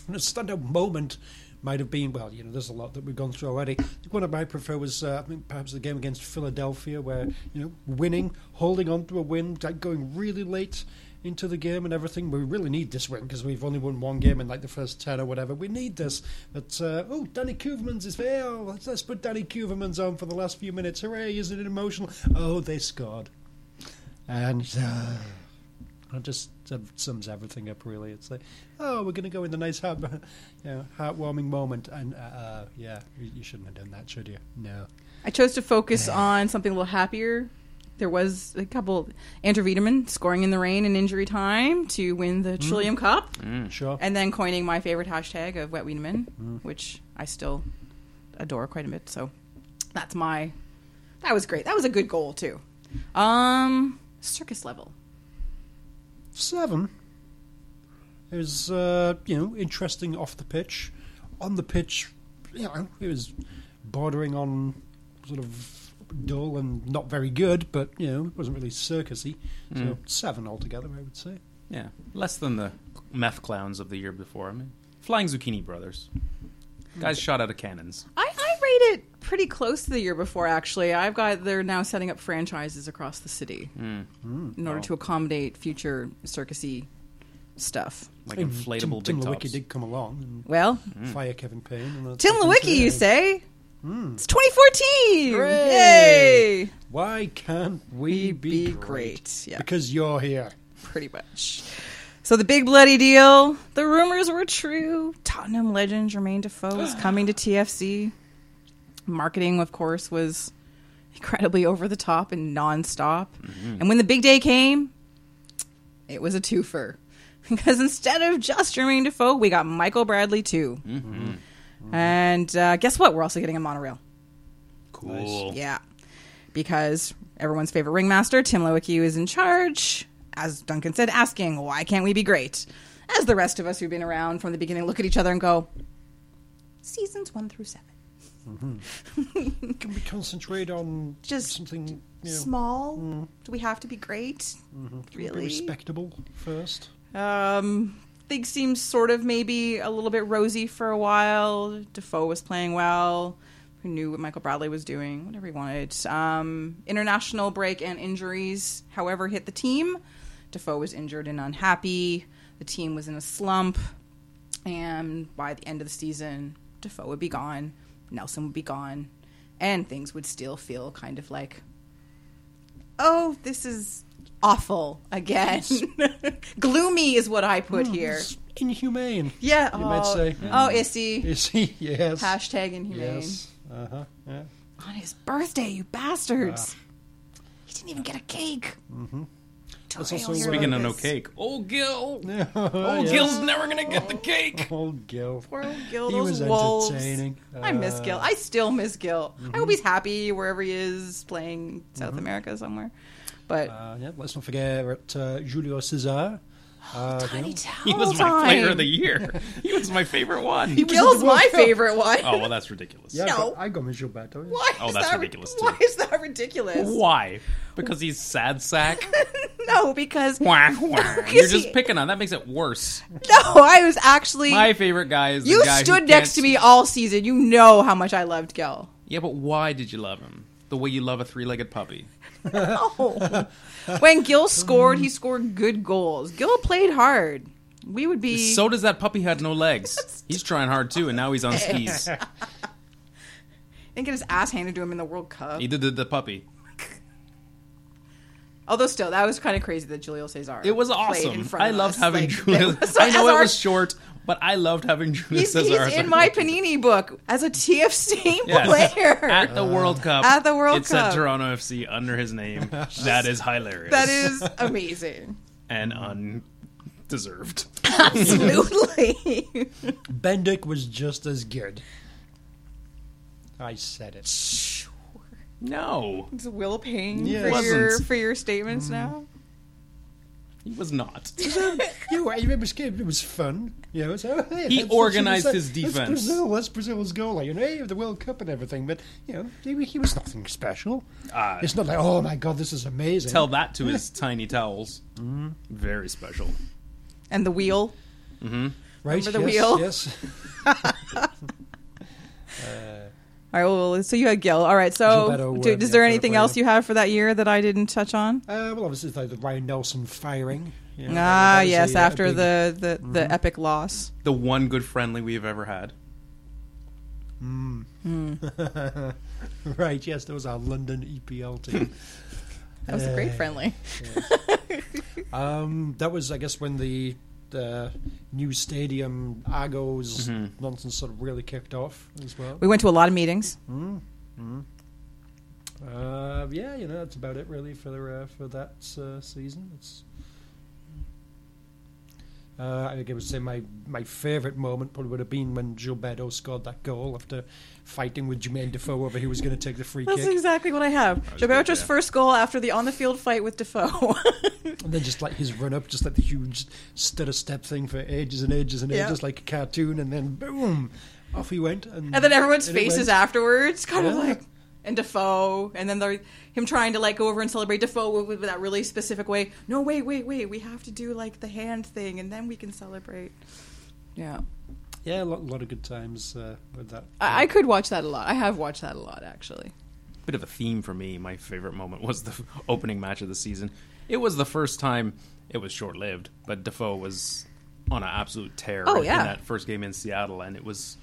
S3: and a standout moment might have been, well, you know, there's a lot that we've gone through already. One of my prefer was uh, I think perhaps the game against Philadelphia, where, you know, winning, holding on to a win, like going really late into the game and everything. We really need this win because we've only won one game in like the first 10 or whatever. We need this. But, uh, oh, Danny Kuverman's is there. Oh, let's, let's put Danny Kuverman's on for the last few minutes. Hooray, isn't it emotional? Oh, they scored. And. Uh, it just uh, sums everything up, really. It's like, oh, we're going to go in the nice, heart, you know, heartwarming moment, and uh, uh, yeah, you, you shouldn't have done that, should you? No.
S2: I chose to focus on something a little happier. There was a couple. Andrew Wiedemann scoring in the rain in injury time to win the Trillium Cup,
S1: Hmm.
S3: Sure.
S2: and then coining my favorite hashtag of Wet Wiedemann, which I still adore quite a bit. So that's my. That was great. That was a good goal too. Um, circus level.
S3: Seven. It was, uh, you know, interesting off the pitch. On the pitch, you know, it was bordering on sort of dull and not very good, but you know, it wasn't really circusy. So
S1: Hmm.
S3: seven altogether, I would say.
S1: Yeah, less than the meth clowns of the year before. I mean, Flying Zucchini Brothers.
S2: Hmm.
S1: Guys shot out of cannons.
S2: I, I rate it pretty close to the year before, actually. I've got they're now setting up franchises across the city in order to accommodate future circusy stuff.
S1: Like
S3: Tim-
S1: inflatable big
S3: Tim, Tim
S1: tops. Hmm.
S3: Lewicki did come along and
S2: Well,
S3: fire Kevin Payne. And that's- Hmm.
S2: Tim Lewicki, you say? It's 2014.
S3: Hooray!
S2: Yay!
S3: Why can't we be,
S2: Be
S3: great?
S2: great. Yeah,
S3: Because you're here.
S2: pretty much. So the big bloody deal. The rumors were true. Tottenham legend Jermaine Defoe is coming to TFC. Marketing, of course, was incredibly over the top and nonstop. And when the big day came, it was a twofer because instead of just Jermaine Defoe, we got Michael Bradley too. And uh, guess what? We're also getting a monorail.
S1: Cool.
S2: Yeah. Because everyone's favorite ringmaster, Tim Lowicki, is in charge, as Duncan said, asking, why can't we be great? as the rest of us who've been around from the beginning look at each other and go, seasons one through seven.
S3: Can we concentrate on
S2: Just
S3: something you know,
S2: Small. Do we have to be great? Really?
S3: respectable first?
S2: Um, things seemed sort of maybe a little bit rosy for a while. Defoe was playing well. Who knew what Michael Bradley was doing? Whatever he wanted. Um, international break and injuries, however, hit the team. Defoe was injured and unhappy. The team was in a slump. And by the end of the season, Defoe would be gone. Nelson would be gone. And things would still feel kind of like oh, this is awful again. Gloomy is what I put here.
S3: It's inhumane.
S2: Yeah.
S3: You
S2: oh,
S3: might say.
S2: Oh, Issy.
S3: Is he? Yes.
S2: Hashtag inhumane.
S3: Yes. Uh huh. Yeah.
S2: On his birthday, you bastards. He didn't even get a cake. Mm-hmm.
S3: Ah. That's also,
S1: Speaking of no cake, old Gil, old
S3: yes.
S1: Gil's never gonna get the cake.
S3: Old Gil.
S2: Gil,
S3: He
S2: those
S3: was
S2: wolves.
S3: entertaining. Uh, mm-hmm.
S2: I miss Gil. I still miss Gil. I hope he's happy wherever he is playing South America somewhere. But
S3: Uh, yeah, let's not forget we're at uh, Julio Cesar. Uh, you
S2: tiny
S3: know,
S2: towel
S1: He was
S2: time.
S1: my player of the year. He was my favorite one.
S3: he was in the
S2: Gil's
S3: World
S2: my
S3: Cup.
S2: favorite one.
S1: Oh well, that's ridiculous.
S3: Yeah, I
S2: No.
S3: got- I got my Gilberto. yeah.
S2: Why
S1: Oh,
S2: is
S1: that's
S2: that
S1: ridiculous, too.
S2: Why is that ridiculous?
S1: Why? Because he's sad sack.
S2: No, because no,
S1: Wah, wah. You're
S2: Is
S1: just
S2: he-
S1: picking on. That makes it worse.
S2: I was actually
S1: My favorite guy is the
S2: you
S1: guy who
S2: stood next
S1: can't-
S2: to me all season. You know how much I loved Gil.
S1: Yeah, but why did you love him? The way you love a three-legged puppy.
S2: Oh. when Gil scored, he scored good goals. Gil played hard. We would be
S1: So does that puppy had no legs. He's trying hard too, and now he's on skis.
S2: and get his ass handed to him in the World Cup.
S1: He did the, the puppy.
S2: Although still, that was kind of crazy that Julio Cesar.
S1: It was
S2: played in
S1: awesome.
S2: front
S1: I
S2: of
S1: loved
S2: us.
S1: having
S2: Like,
S1: Julius.
S2: that was-
S1: I know
S2: as
S1: it
S2: our-
S1: was short, but I loved having Julius
S2: He's,
S1: as our.
S2: he's in my Panini book as a TFC
S1: Yes.
S2: player.
S1: at the World Cup.
S2: Uh, At the World
S1: it said
S2: Cup.
S1: Toronto FC under his name. that is hilarious.
S2: that is amazing.
S1: and undeserved.
S2: Absolutely.
S3: Bendick was just as good. I said it.
S1: No,
S2: Is Will paying
S3: Yeah.
S2: for your
S1: Wasn't. Mm-hmm.
S2: for your statements now?
S1: he was not.
S3: You know, it was good. It was fun. You know, so, hey,
S1: He
S3: that's-
S1: organized
S3: that's-
S1: his
S3: that's
S1: defense.
S3: Brazil. That's Brazil's goal. Like, you know, hey, the World Cup and everything. But you know, he, he was nothing special.
S1: Uh,
S3: it's not like, oh my god, this is amazing.
S1: Tell that to his tiny towels.
S2: Mm-hmm.
S1: Very special.
S2: And the wheel.
S3: right?
S2: remember the
S3: yes,
S2: wheel?
S3: Yes.
S2: All right. Well, so you had Gil. All right. So,
S3: Gilberto,
S2: do,
S3: uh,
S2: is there
S3: yeah, Gilberto
S2: anything
S3: Bueno.
S2: else you have for that year that I didn't touch on?
S3: Uh, well, obviously, it's like the Ryan Nelson firing. you know,
S2: ah,
S3: that was
S2: yes.
S3: a- a
S2: after
S3: big- Mm-hmm.
S2: the the, the epic loss,
S1: The one good friendly we've ever had.
S3: right, yes, there was our London EPL team.
S2: that was a great friendly.
S3: um, that was, I guess, when the the new stadium Argos
S1: Mm-hmm.
S3: nonsense sort of really kicked off as well.
S2: We went to a lot of meetings.
S3: Uh, yeah, you know, that's about it really for the uh, for that uh, season. It's uh, I think I would say my, my favourite moment probably would have been when Gilberto scored that goal after fighting with Jermaine Defoe over who was going to take the free
S2: That's
S3: kick.
S2: exactly what I have. Gilberto's
S1: yeah.
S2: first goal after the on the field fight with Defoe.
S3: And then just like his run up, just like the huge stutter step thing for ages and ages and
S2: Yeah.
S3: ages, like a cartoon, and then boom, off he went. And,
S2: and then everyone's
S3: and it
S2: faces
S3: went-
S2: afterwards, kind of
S3: Yeah.
S2: like and Defoe, and then they're him trying to like go over and celebrate Defoe with, with that really specific way. No, wait, wait, wait. We have to do like the hand thing, and then we can celebrate. Yeah,
S3: Yeah, a lot, lot of good times uh, with that.
S2: I, I could watch that a lot. I have watched that a lot actually.
S1: Bit of a theme for me. My favorite moment was the opening match of the season. It was the first time. It was short lived, but Defoe was on an absolute tear
S2: Oh,
S1: in-
S2: yeah.
S1: in that first game in Seattle, and it was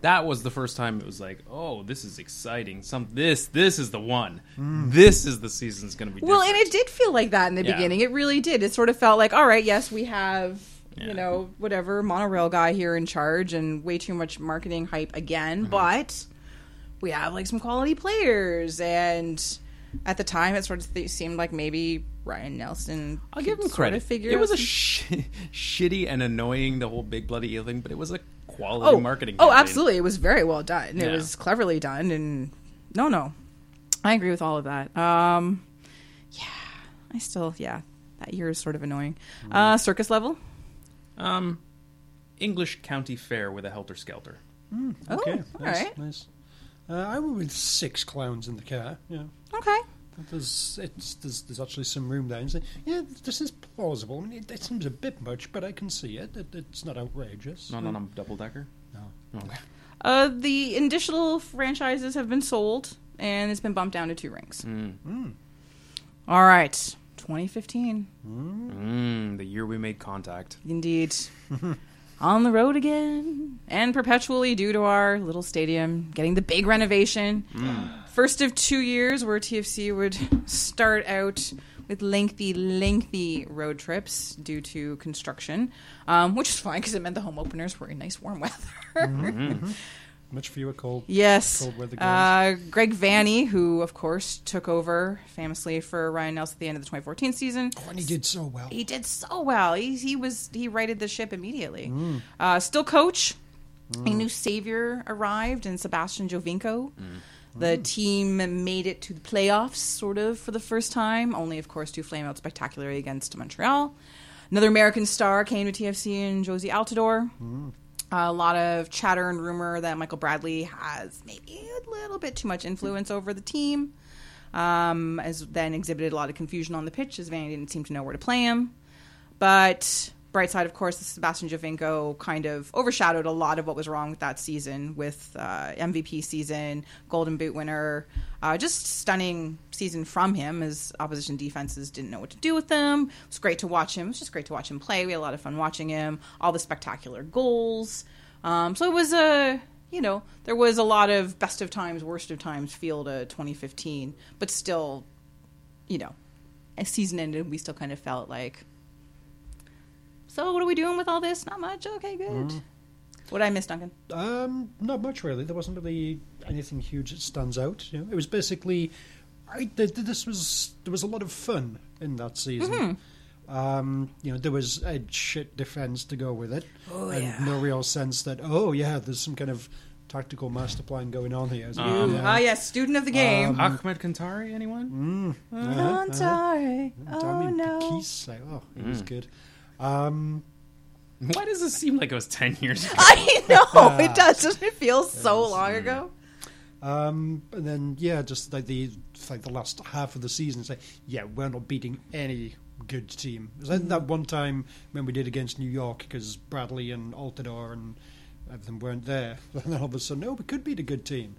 S1: that was the first time it was like, oh, this is exciting. Some this this is the one. This is the season's going to be.
S2: Well,
S1: different.
S2: and it did feel like that in the
S1: Yeah.
S2: beginning. It really did. It sort of felt like, all right, yes, we have, you
S1: Yeah.
S2: know, whatever monorail guy here in charge and way too much marketing hype again, but we have like some quality players. And at the time, it sort of th- seemed like maybe Ryan Nelson.
S1: I'll give him
S2: could sort
S1: credit.
S2: of figure
S1: it was
S2: out
S1: a
S2: some-
S1: sh- shitty and annoying the whole big bloody eel thing, but it was a quality
S2: oh,
S1: marketing.
S2: Oh,
S1: campaign.
S2: absolutely. It was very well done. It
S1: Yeah.
S2: was cleverly done. And no, no. I agree with all of that. Um,
S1: Mm-hmm.
S2: yeah. I still, yeah. That year is sort of annoying. Uh, circus level.
S1: Um, English county fair with a helter skelter.
S2: Oh,
S3: Okay,
S2: all
S3: nice,
S2: right.
S3: nice. Uh, I went with six clowns in the car. Yeah,
S2: Okay.
S3: there's it's there's, there's actually some room there. And say, yeah, this is plausible. I mean, it, it seems a bit much, but I can see it. it it's not outrageous.
S1: Not on
S2: Hmm.
S1: a double decker.
S2: Uh, the initial franchises have been sold, and it's been bumped down to two rings.
S1: Mm.
S2: All right, 2015,
S1: Mm, the year we made contact.
S2: indeed. On the road again, and perpetually due to our little stadium getting the big renovation. First of two years where TFC would start out with lengthy, lengthy road trips due to construction, um, which is fine because it meant the home openers were in nice warm weather.
S3: Much fewer cold.
S2: Yes.
S3: Cold weather
S2: Uh,
S3: games.
S2: Greg Vanny, who, of course, took over famously for Ryan Nelson at the end of the 2014 season.
S3: And he did so well.
S2: He did so well. He, he was he righted the ship immediately. Uh, still coach. A new savior arrived in Sebastian Jovinko. The team made it to the playoffs, sort of, for the first time, only, of course, to flame out spectacularly against Montreal. Another American star came to TFC in Josie Altador. A lot of chatter and rumor that Michael Bradley has maybe a little bit too much influence over the team um, as then exhibited a lot of confusion on the pitch as Vanny didn't seem to know where to play him. But bright side, of course, Sebastian Jovinko kind of overshadowed a lot of what was wrong with that season, with uh, MVP season, Golden Boot winner, uh, just stunning season from him as opposition defenses didn't know what to do with them. It was great to watch him. It was just great to watch him play. We had a lot of fun watching him. All the spectacular goals. Um, so it was a you know, there was a lot of best of times, worst of times feel to 2015, but still, you know, as season ended, we still kind of felt like, so what are we doing with all this? Not much. Okay, good. What did I miss, Duncan?
S3: Um, not much really. There wasn't really anything huge that stands out. You know, it was basically, I th- th- this was there was a lot of fun in that season. Um, you know, there was a shit defense to go with it, and no real sense that oh yeah, there's some kind of tactical master plan going on here. So,
S2: Ooh,
S3: yeah.
S2: Ah, yes, student of the game.
S1: Ahmed Kantari, anyone?
S2: I'm sorry. Oh,
S3: Damien
S2: no.
S3: Pakis, like, oh, it was good. Um,
S1: Why does this seem like it was 10 years ago?
S2: I know it does. Doesn't it feel so long ago?
S3: Um, and then yeah, just like the like the last half of the season, it's like yeah, we're not beating any good team. It was like that one time when we did against New York because Bradley and Altidore and everything weren't there. And then all of a sudden, oh, we could beat a good team.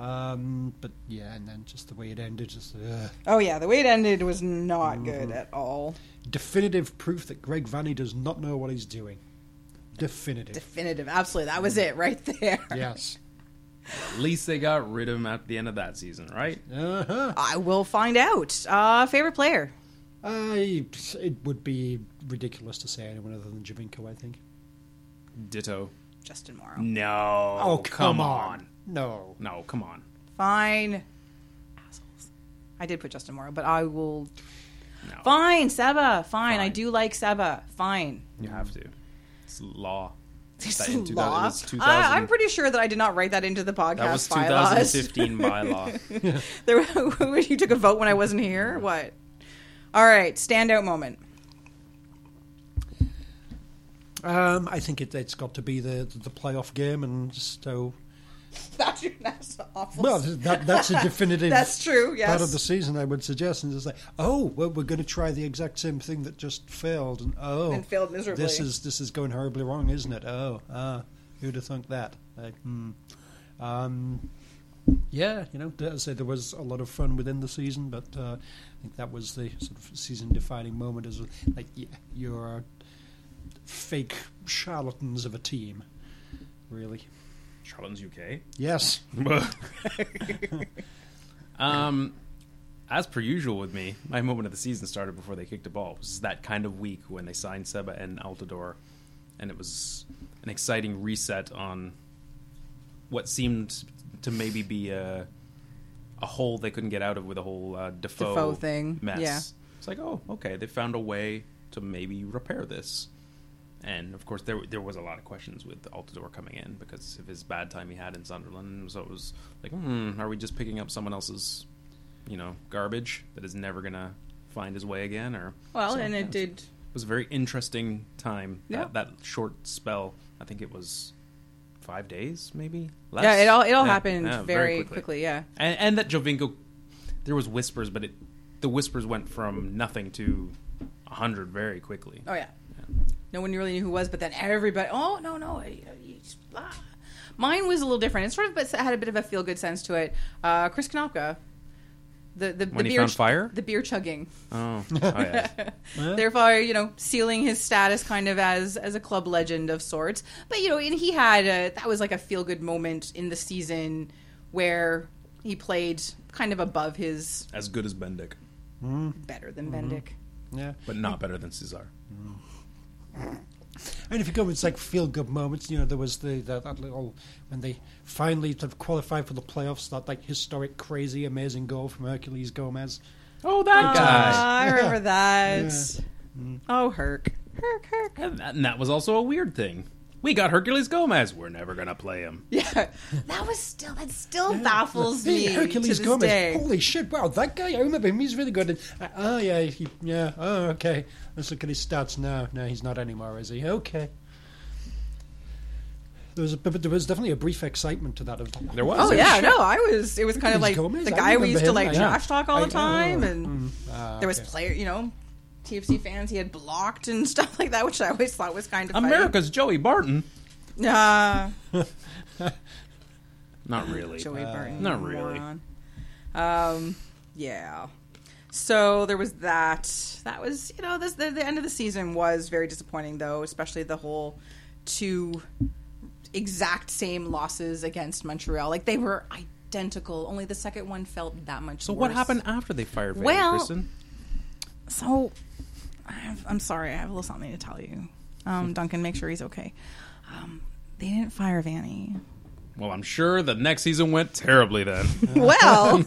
S3: Um, but yeah, and then just the way it ended, just uh,
S2: Oh yeah, the way it ended was not good at all.
S3: definitive proof that Greg Vanny does not know what he's doing. Definitive,
S2: Definitive, absolutely. That was it right there.
S3: yes.
S1: At least they got rid of him at the end of that season, right?
S3: Uh huh.
S2: I will find out. Uh, favorite player?
S3: I it would be ridiculous to say anyone other than Javinko, I think.
S1: Ditto.
S2: Justin Morrow.
S1: Mm. No.
S3: Oh, come, on. No.
S1: No, come on.
S2: Fine. Assholes. I did put Justin Morrow, but I will.
S1: No.
S2: Fine, Seba. Fine. I
S1: Fine.
S2: do like Seba. Fine.
S1: You have to. It's law.
S2: This
S1: that in
S2: is
S1: 2000
S2: law.
S1: it's 2000
S2: I, I'm pretty sure that I did not write that into the podcast
S1: That was
S2: bylaws.
S1: 2015 bylaw.
S2: There, when you took a vote when I wasn't here. What? All right. Standout moment.
S3: Um, I think it, it's got to be the the playoff game, and just so
S2: That's, that's awful.
S3: well, that, that's a definitive.
S2: That's true, yes.
S3: Part of the season, I would suggest, and just like, oh, well, we're going to try the exact same thing that just failed, and oh,
S2: And failed miserably.
S3: This is this is going horribly wrong, isn't it? Oh, ah, who'd have thunk that? Like, hmm. Um, yeah, you know, as I say there was a lot of fun within the season, but uh, I think that was the sort of season-defining moment. Is like, yeah, you're fake charlatans of a team, really.
S1: Charlton's UK.
S3: Yes.
S1: um, as per usual with me, my moment of the season started before they kicked a ball. It was that kind of week when they signed Seba and Altador, and it was an exciting reset on what seemed to maybe be a a hole they couldn't get out of with the whole uh, Defoe,
S2: Defoe thing,
S1: Mess.
S2: yeah.
S1: It's like, oh, okay, they found a way to maybe repair this. And of course, there there was a lot of questions with Altidore coming in because of his bad time he had in Sunderland. So it was like, hmm, are we just picking up someone else's, you know, garbage that is never gonna find his way again? Or
S2: Well,
S1: so,
S2: and
S1: yeah,
S2: it did
S1: was a very interesting time.
S2: Yeah.
S1: That, that short spell. I think it was five days, maybe. Less.
S2: Yeah, it all it all
S1: Yeah,
S2: happened
S1: yeah,
S2: very, quickly. Yeah,
S1: And, and that Jovinko, there was whispers, but it, the whispers went from nothing to a hundred very quickly.
S2: Oh yeah. No one really knew who it was, but then everybody. Oh no, no. I- I- you just- ah. Mine was a little different. It sort of but had a bit of a feel good sense to it. Uh, Chris Knopka, the the,
S1: When
S2: the
S1: he
S2: beer
S1: found fire?
S2: the beer chugging,
S1: Oh, oh yes.
S2: therefore you know sealing his status kind of as as a club legend of sorts. But you know, and he had a, that was like a feel good moment in the season where he played kind of above his
S1: as good as Bendick,
S2: better than Bendick.
S3: Yeah.
S1: but not better than Cesar.
S3: And if you go with like feel good moments, you know, there was the, the that little when they finally sort of qualified for the playoffs, that like historic, crazy, amazing goal from Hercules Gomez.
S1: Oh, that guy.
S2: Ah, I remember that.
S3: Mm-hmm.
S2: Oh, Herc. Herc, Herc.
S1: And that, and that was also a weird thing. We got Hercules Gomez. We're never gonna play him.
S2: Yeah, that was still that still baffles
S3: Hey,
S2: me
S3: Hercules
S2: to this
S3: Gomez!
S2: day.
S3: Holy shit! Wow, that guy. I remember him. He's really good. And, uh, oh yeah, he, yeah. Oh okay. Let's look at his stats now. No, he's not anymore, is he? Okay. There was, a, but there was definitely a brief excitement to that. Of,
S1: There was.
S2: Oh
S1: There
S2: yeah, no, I was. It was kind of
S3: Hercules
S2: like
S3: Gomez?
S2: the
S3: I
S2: guy we
S3: remember
S2: used to
S3: him.
S2: like
S3: I-
S2: trash talk all
S3: I-
S2: the time,
S3: oh,
S2: and
S1: Mm-hmm.
S2: there was player, you know, TFC fans he had blocked and stuff like that, which I always thought was kind of funny.
S1: America's Joey Barton.
S2: Ah,
S1: Not really.
S2: Joey
S3: Uh,
S2: Burton,
S1: not really.
S2: moron. Um, yeah. So there was that. That was you know this the, the end of the season was very disappointing though, especially the whole two exact same losses against Montreal. Like they were identical, only the second one felt that much.
S1: So what
S2: worse.
S1: happened after they fired Van
S2: Well-
S1: Christen?
S2: So I have, I'm sorry, I have a little something to tell you, um, Duncan. Make sure he's okay. Um, they didn't fire Vanny.
S1: Well, I'm sure the next season went terribly then.
S2: well,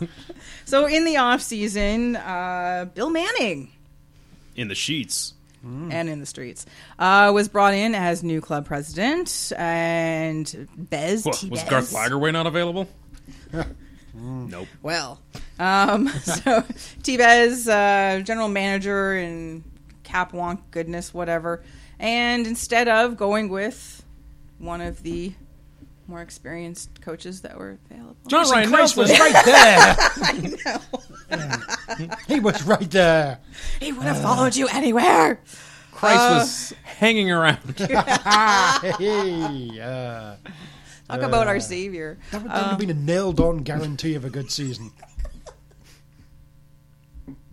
S2: so in the off season, uh, Bill Manning.
S1: In the sheets.
S2: and in the streets, uh, was brought in as new club president, and Bez
S1: Well,
S2: T.
S1: was
S2: Bez-
S1: Garth Lagerway not available? nope.
S2: Well, um, so T. Bez, uh, general manager and Cap Wonk goodness, whatever. And instead of going with one of the more experienced coaches that were available,
S1: John Ryan
S3: Christ was
S1: Nelson.
S3: right there. he was right there.
S2: he would have followed you anywhere.
S1: Christ was hanging around.
S3: Hey, uh,
S2: Talk about our savior.
S3: that would, that would
S2: Um,
S3: have been a nailed-on guarantee of a good season.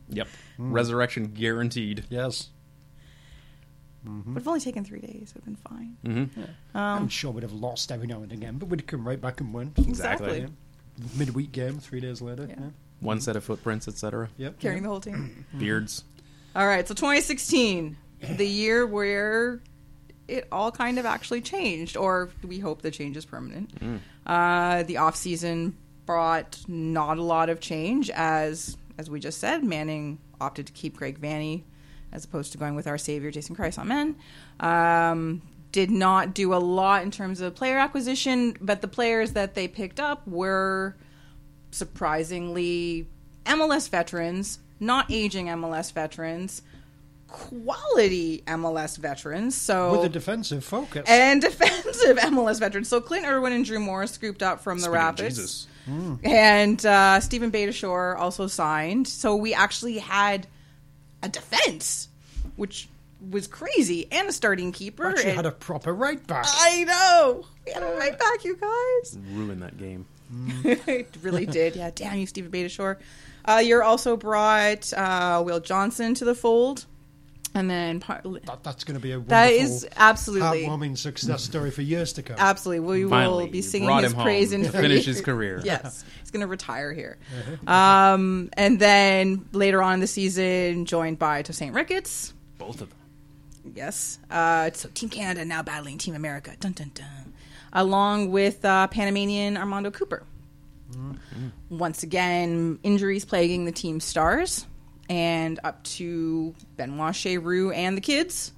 S1: yep. Resurrection guaranteed.
S3: Yes.
S2: Would have only taken three days. Would have been fine. Um,
S3: I'm sure we'd have lost every now and again, but we'd come right back and win.
S1: Exactly.
S3: Midweek game, three days later. Yeah.
S1: One set of footprints, etc.
S3: Yep.
S2: Carrying the whole team.
S1: Beards.
S2: All right, so 2016, the year where it all kind of actually changed, or we hope the change is permanent. Uh, the off season brought not a lot of change, as as we just said. Manning opted to keep Greg Vanny as opposed to going with our savior Jason Christ. Amen. Um, did not do a lot in terms of player acquisition, but the players that they picked up were surprisingly MLS veterans, not aging MLS veterans, quality MLS veterans. So
S3: With a defensive focus.
S2: and defensive MLS veterans. So Clint Irwin and Drew Morris scooped up from the
S1: Speaking of
S2: Rapids.
S1: Jesus.
S2: And uh, Stephen Betashore also signed. So we actually had a defense, which was crazy, and a starting keeper.
S3: actually
S2: and-
S3: had a proper right back.
S2: I know. We had it right back, you guys.
S1: Ruined that game.
S2: it really did. Yeah, damn you, Stephen Betashore. Uh, you're also brought uh, Will Johnson to the fold, and then par-
S3: That, that's going to be a wonderful,
S2: that is absolutely,
S3: heartwarming success story for years to come.
S2: absolutely. We
S1: Finally,
S2: will be
S1: you
S2: singing
S1: brought
S2: his
S1: him home
S2: praise
S1: to
S2: and
S1: finish his career.
S2: Yes, he's going to retire here.
S1: Uh-huh.
S2: Um, and then later on in the season, joined by Toussaint Ricketts.
S1: Both of them.
S2: Yes. Uh, so Team Canada now battling Team America. Dun dun dun. Along with uh, Panamanian Armando Cooper.
S1: Mm-hmm.
S2: Once again, injuries plaguing the team stars, and up to Benoit Cheroux and the kids,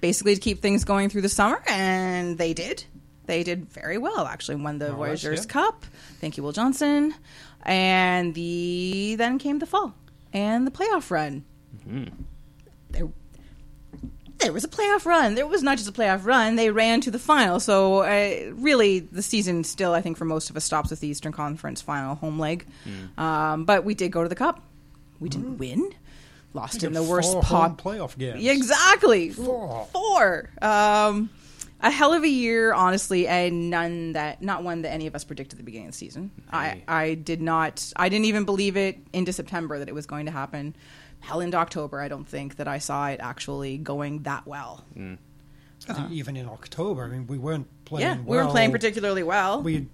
S2: basically to keep things going through the summer, and they did. They did very well, actually. Won the Voyageurs
S3: yeah.
S2: Cup. Thank you, Will Johnson. And
S3: Mm-hmm.
S2: the then came the fall and the playoff run. There there was a playoff run. There was not just a playoff run; they ran to the final. So, uh, really, the season still, I think, for most of us, stops with the Eastern Conference final home leg.
S3: Mm.
S2: Um, but we did go to the Cup. We didn't win. Lost in the worst
S3: Four home
S2: pot.
S3: playoff games.
S2: Yeah, Exactly.
S3: Four.
S2: Four. Um, a hell of a year, honestly, and none that not one that any of us predicted at the beginning of the season. I, I did not I didn't even believe it into September that it was going to happen. Hell into October, I don't think that I saw it actually going that well.
S3: Mm. I think even in October, I mean, we weren't playing.
S2: yeah, we
S3: well.
S2: weren't playing particularly well.
S3: We had,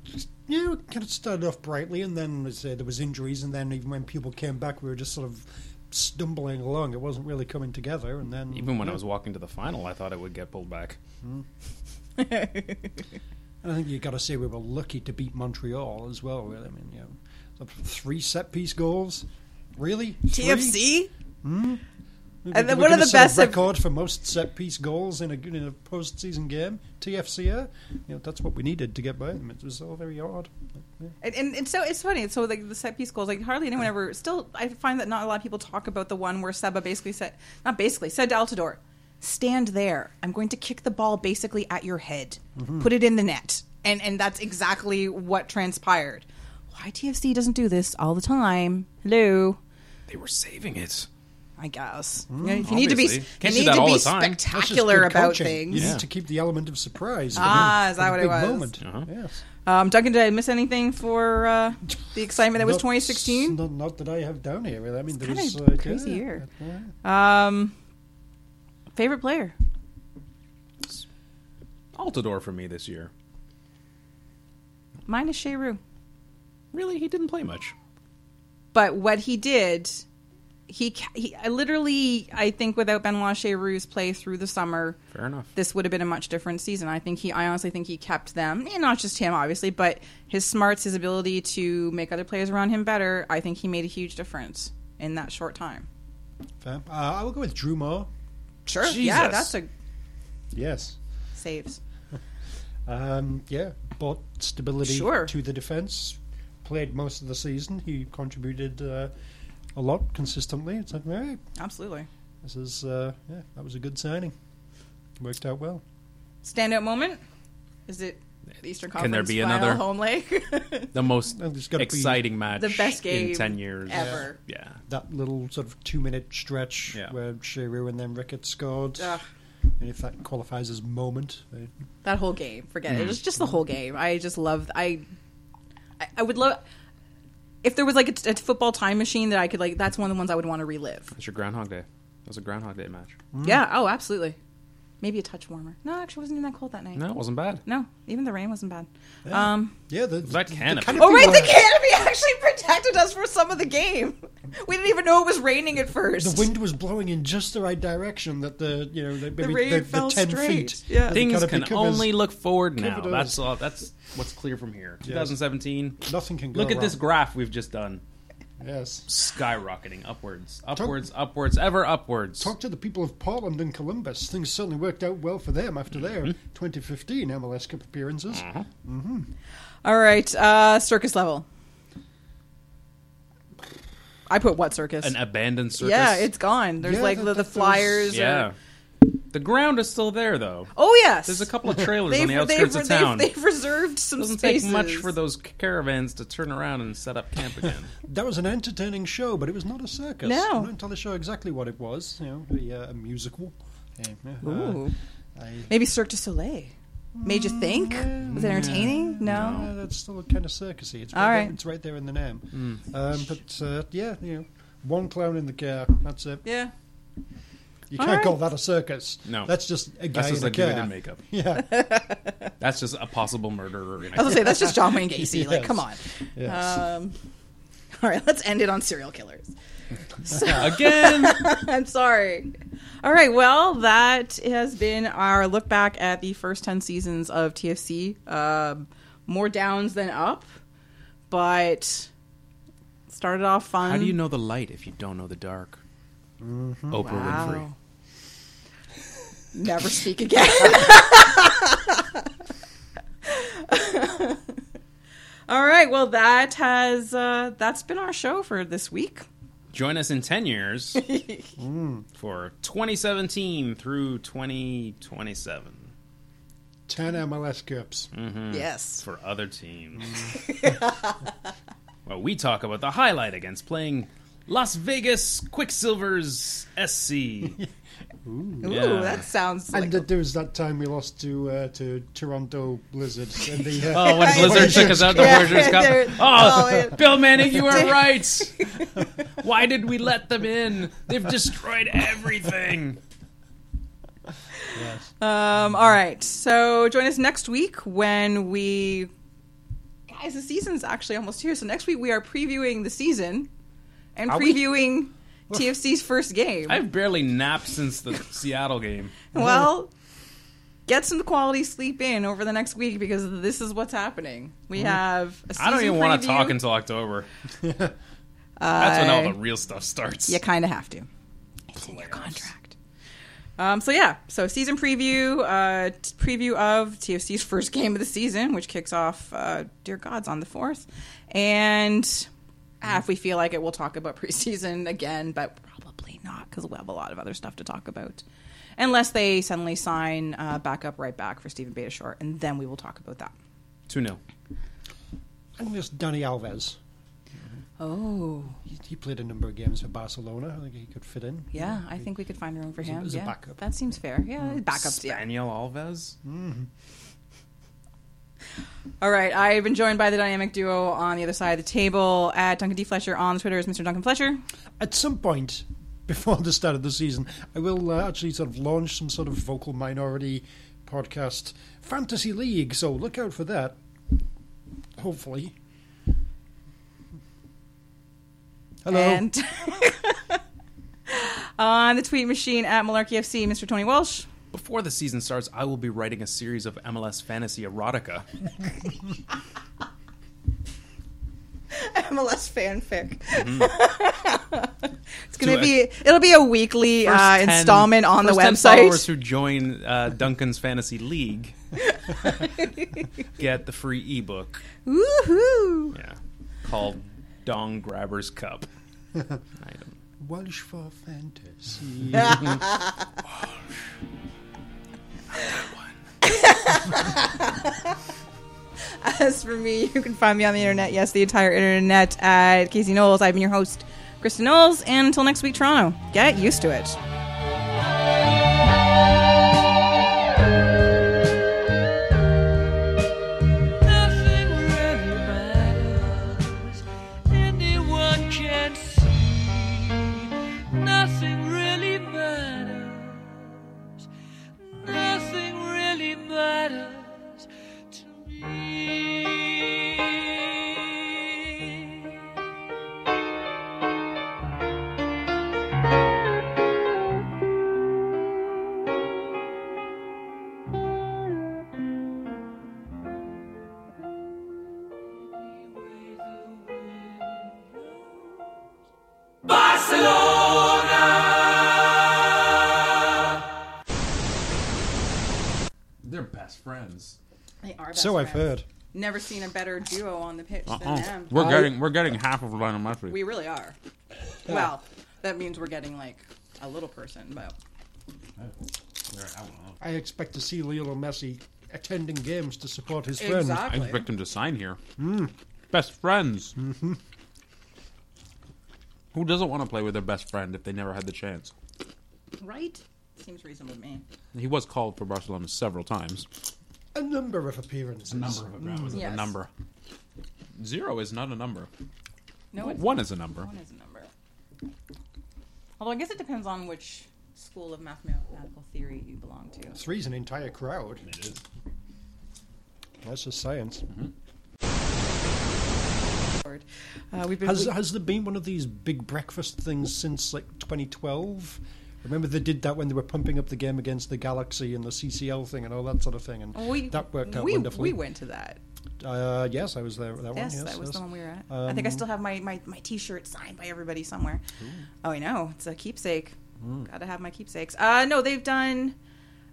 S3: you know, kind of started off brightly, and then as I say, there was injuries, and then even when people came back, we were just sort of stumbling along. It wasn't really coming together, and then
S1: Even when I was walking to the final, I thought it would get pulled back.
S3: And I think you got to say we were lucky to beat Montreal as well. Really, I mean, you know, the three set piece goals. Really, Three?
S2: TFC?
S3: We-
S2: And then
S3: we're
S2: one of
S3: gonna
S2: the
S3: set a
S2: best of-
S3: record for most set piece goals in a in a postseason game. TFC, yeah, you know, that's what we needed to get by them. It was all very odd. Yeah.
S2: And, and it's so it's funny. It's so like the set piece goals, like hardly anyone ever. Still, I find that not a lot of people talk about the one where Seba basically said, not basically said to Altidore, "Stand there. I'm going to kick the ball basically at your head.
S1: Mm-hmm.
S2: Put it in the net." And and that's exactly what transpired. Why TFC doesn't do this all the time? Hello.
S1: They were saving it.
S2: I guess you, know, if you need to be
S1: Mm, obviously.
S2: you
S1: Can't do
S2: need
S1: that
S2: to
S1: all
S2: be
S1: the time. That's
S3: That's just
S2: spectacular
S3: good
S2: about
S3: coaching.
S2: things.
S3: You
S1: Yeah.
S3: need to keep the element of surprise.
S2: Ah,
S3: for
S2: is that
S3: the
S2: what it
S3: big
S2: was?
S3: Moment.
S1: Uh-huh.
S3: Yes.
S2: Um, Duncan, did I miss anything for uh, the excitement that was
S3: Not-
S2: 2016?
S3: Not, not that I have down here. Really. I mean, there
S2: kinda
S3: was uh,
S2: crazy
S3: yeah,
S2: year.
S3: yeah.
S2: Um, favorite player?
S1: Altador for me this year.
S2: Mine is Sheru.
S1: Really, he didn't play much.
S2: But what he did, he, ca- he I literally, I think without Benoit Cheru's play through the summer,
S1: Fair enough.
S2: this would have been a much different season. I think he, I honestly think he kept them, and not just him, obviously, but his smarts, his ability to make other players around him better. I think he made a huge difference in that short time.
S3: Fair. Uh, I will go with Drew Moore.
S2: Sure, yeah,
S1: Jesus.
S2: that's a
S3: Yes.
S2: saves.
S3: Um, yeah, brought stability
S2: Sure.
S3: to the defense. Played most of the season. He contributed uh, a lot consistently. It's like, hey,
S2: Absolutely.
S3: this is uh, yeah, that was a good signing. Worked out well.
S2: Standout moment? Is it the Eastern Conference
S1: Can there be
S2: final
S1: another-
S2: home leg?
S1: The most
S3: And there's gotta be
S1: exciting match
S2: the best game
S1: in 10 years.
S2: ever.
S1: Yeah.
S3: That little sort of two-minute stretch
S1: Yeah.
S3: where Shearer and then Ricketts scored.
S2: Ugh.
S3: And if that qualifies as moment, uh,
S2: That whole game, forget
S1: Mm-hmm.
S2: it. It was just the whole game. I just love. I, I, I would love if there was like a, t- a football time machine that I could like. That's one of the ones I would want to relive.
S1: That's your Groundhog Day. That was a Groundhog Day match.
S2: Yeah. Oh, absolutely. Maybe a touch warmer. No, actually, it wasn't even that cold that night.
S1: No, it wasn't bad.
S2: No, even the rain wasn't bad. Um,
S3: yeah, the,
S1: That
S3: the
S1: canopy.
S2: oh, right,
S3: were-
S2: the canopy actually protected us for some of the game. We didn't even know it was raining at first.
S3: the wind was blowing in just the right direction that the you know the, maybe
S2: rain
S3: the, the
S2: fell
S3: ten
S2: straight.
S3: feet.
S2: Yeah.
S3: that the
S1: Things
S3: canopy
S1: can
S3: covers-
S1: only look forward now.
S3: covered us.
S1: That's all. That's what's clear from here. 2017.
S3: Nothing can go
S1: Look at this
S3: wrong.
S1: graph we've just done.
S3: Yes.
S1: Skyrocketing upwards, upwards, upwards, ever upwards.
S3: talk to the people of Portland and Columbus. Things certainly worked out well for them after their
S1: Mm-hmm.
S3: 2015 MLS Cup appearances.
S2: All right, uh, circus level. I put what circus?
S1: An abandoned circus.
S2: Yeah, it's gone. There's
S3: Yeah,
S2: like
S3: that-
S2: the, the
S3: that- those-
S2: flyers. or-
S1: yeah. The ground is still there though.
S2: Oh yes.
S1: There's a couple of trailers
S2: They've,
S1: on the outskirts
S2: they've,
S1: of town.
S2: They've, they've reserved some
S1: doesn't
S2: spaces.
S1: take much for those caravans to turn around and set up camp again.
S3: That was an entertaining show, but it was not a circus.
S2: No.
S3: I'm not entirely sure exactly what it was. You know, a, uh, a musical. Uh, uh,
S2: Ooh.
S3: I-
S2: Maybe Cirque du Soleil made you think. Was it entertaining? No.
S3: Uh, that's still kind of circusy. It's right,
S2: All
S3: there-
S2: right.
S3: it's right there in the name.
S1: Mm.
S3: Um, but uh, yeah, you know, one clown in the car. That's it.
S2: Yeah.
S3: You
S2: All
S3: can't
S2: right.
S3: call that a circus.
S1: No.
S3: that's just a guy
S1: That's just
S3: in a
S1: like dude in
S3: car.
S1: makeup.
S3: Yeah,
S1: That's just a possible murderer. In
S2: I
S1: a
S2: was gonna say that's just John Wayne Gacy. Like,
S3: Yes.
S2: come on.
S3: yes.
S2: Um, all right, let's end it on serial killers.
S1: Again,
S2: I'm sorry. All right, well, that has been our look back at the first 10 seasons of TFC. Um, more downs than up, but started off fun.
S1: how do you know the light if you don't know the dark?
S3: Mm-hmm.
S1: Oprah Winfrey.
S2: Wow. Never speak again. All right, well, that has uh, that's been our show for this week.
S1: Join us in 10 years for 2017 through 2027
S3: 10 MLS Cups.
S1: Mm.
S2: Yes.
S1: for other teams. well, we talk about the highlight against playing Las Vegas Quicksilvers SC.
S2: Ooh,
S1: Yeah.
S2: that sounds like
S3: And that there was that time we lost to uh, to Toronto Blizzard. And the, uh,
S1: Oh, when Blizzard took us out to
S2: Yeah,
S1: Voyager's
S2: they're-
S1: Cup.
S2: oh,
S1: Oh,
S2: it-
S1: Bill Manning, you were right. Why did we let them in? They've destroyed everything.
S2: Um, all right. So join us next week when we. Guys, the season's actually almost here. So next week we are previewing the season and
S7: we?
S2: previewing TFC's first game.
S1: I've barely napped since the Seattle game.
S2: Well, get some quality sleep in over the next week because this is what's happening. We have a season
S1: Mm-hmm. I don't even want
S2: preview.
S1: to talk until October. That's when all the real stuff starts.
S2: You kind of have to. It's in your contract. Um, so yeah, so season preview, uh, t- preview of TFC's first game of the season, which kicks off, uh, dear gods, on the fourth, and ah, if we feel like it, we'll talk about preseason again, but probably not because we'll have a lot of other stuff to talk about, unless they suddenly sign uh, backup right back for Stephen Betashore, and then we will talk about that.
S1: 2 0.
S3: and there's Danny Alves.
S2: Oh
S3: He, he played a number of games for Barcelona. I think he could fit in.
S2: yeah, I think we could find room for him.
S3: as a
S2: yeah,
S3: backup. Mm.
S2: that seems fair. Yeah, backups. Yeah.
S1: Daniel Alves?
S2: All right, I've been joined by the dynamic duo on the other side of the table at Duncan D. Fletcher on Twitter is Mr. Duncan Fletcher.
S3: At some point before the start of the season, I will uh, actually sort of launch some sort of vocal minority podcast fantasy league. So look out for that. Hopefully. Hello.
S2: And on the tweet machine at Malarkey FC, Mr. Tony Walsh.
S1: Before the season starts, I will be writing a series of MLS fantasy erotica.
S2: MLS fanfic.
S3: Mm-hmm.
S2: it's gonna be it'll be a weekly uh,
S1: First 10
S2: installment on the
S1: first 10
S2: website.
S1: followers who join uh, Duncan's Fantasy League get the free ebook.
S2: Woohoo!
S1: Yeah, called Dong Grabber's Cup. Item.
S3: Welsh for fantasy.
S2: As for me, you can find me on the internet. Yes, the entire internet at Casey Knowles. I've been your host, Kristen Knowles, and until next week, Toronto. Get used to it.
S5: Nothing really matters. Anyone can see. Nothing really matters. Nothing really matters to me.
S1: They're best friends.
S2: They are
S3: so I've heard.
S2: Never seen a better duo on the pitch than them.
S4: Uh-huh. Uh-uh. We're getting we're getting half of Lionel Messi.
S2: We really are. Well, that means we're getting like a little person, but
S3: I expect to see Lionel Messi attending games to support his friend.
S4: I
S2: exactly.
S4: expect him to sign here. Mm. Best friends. Who doesn't want to play with their best friend if they never had the chance?
S2: Right? Seems reasonable to me.
S4: He was called for Barcelona several times.
S3: A number of appearances.
S4: was
S2: Yes.
S4: a number. Zero is not a number.
S2: No, it's
S4: One is a number.
S2: One is a number. Although I guess it depends on which school of mathematical theory you belong to.
S3: Three's an entire crowd. It is. That's just science.
S2: Uh, we've been
S3: Has has there been one of these big breakfast things since like 2012? Remember they did that when they were pumping up the game against the Galaxy and the CCL thing and all that sort of thing, and
S2: we,
S3: that worked out
S2: we, We
S3: wonderfully.
S2: went to that.
S3: Uh, yes, I was there. at That
S2: Yes,
S3: one. Yes,
S2: that was
S3: yes. Um,
S2: the one we were at. I think I still have my, my, my T-shirt signed by everybody somewhere.
S3: Mm.
S2: Oh, I know. It's a keepsake. Got to have my keepsakes. Uh, no, they've done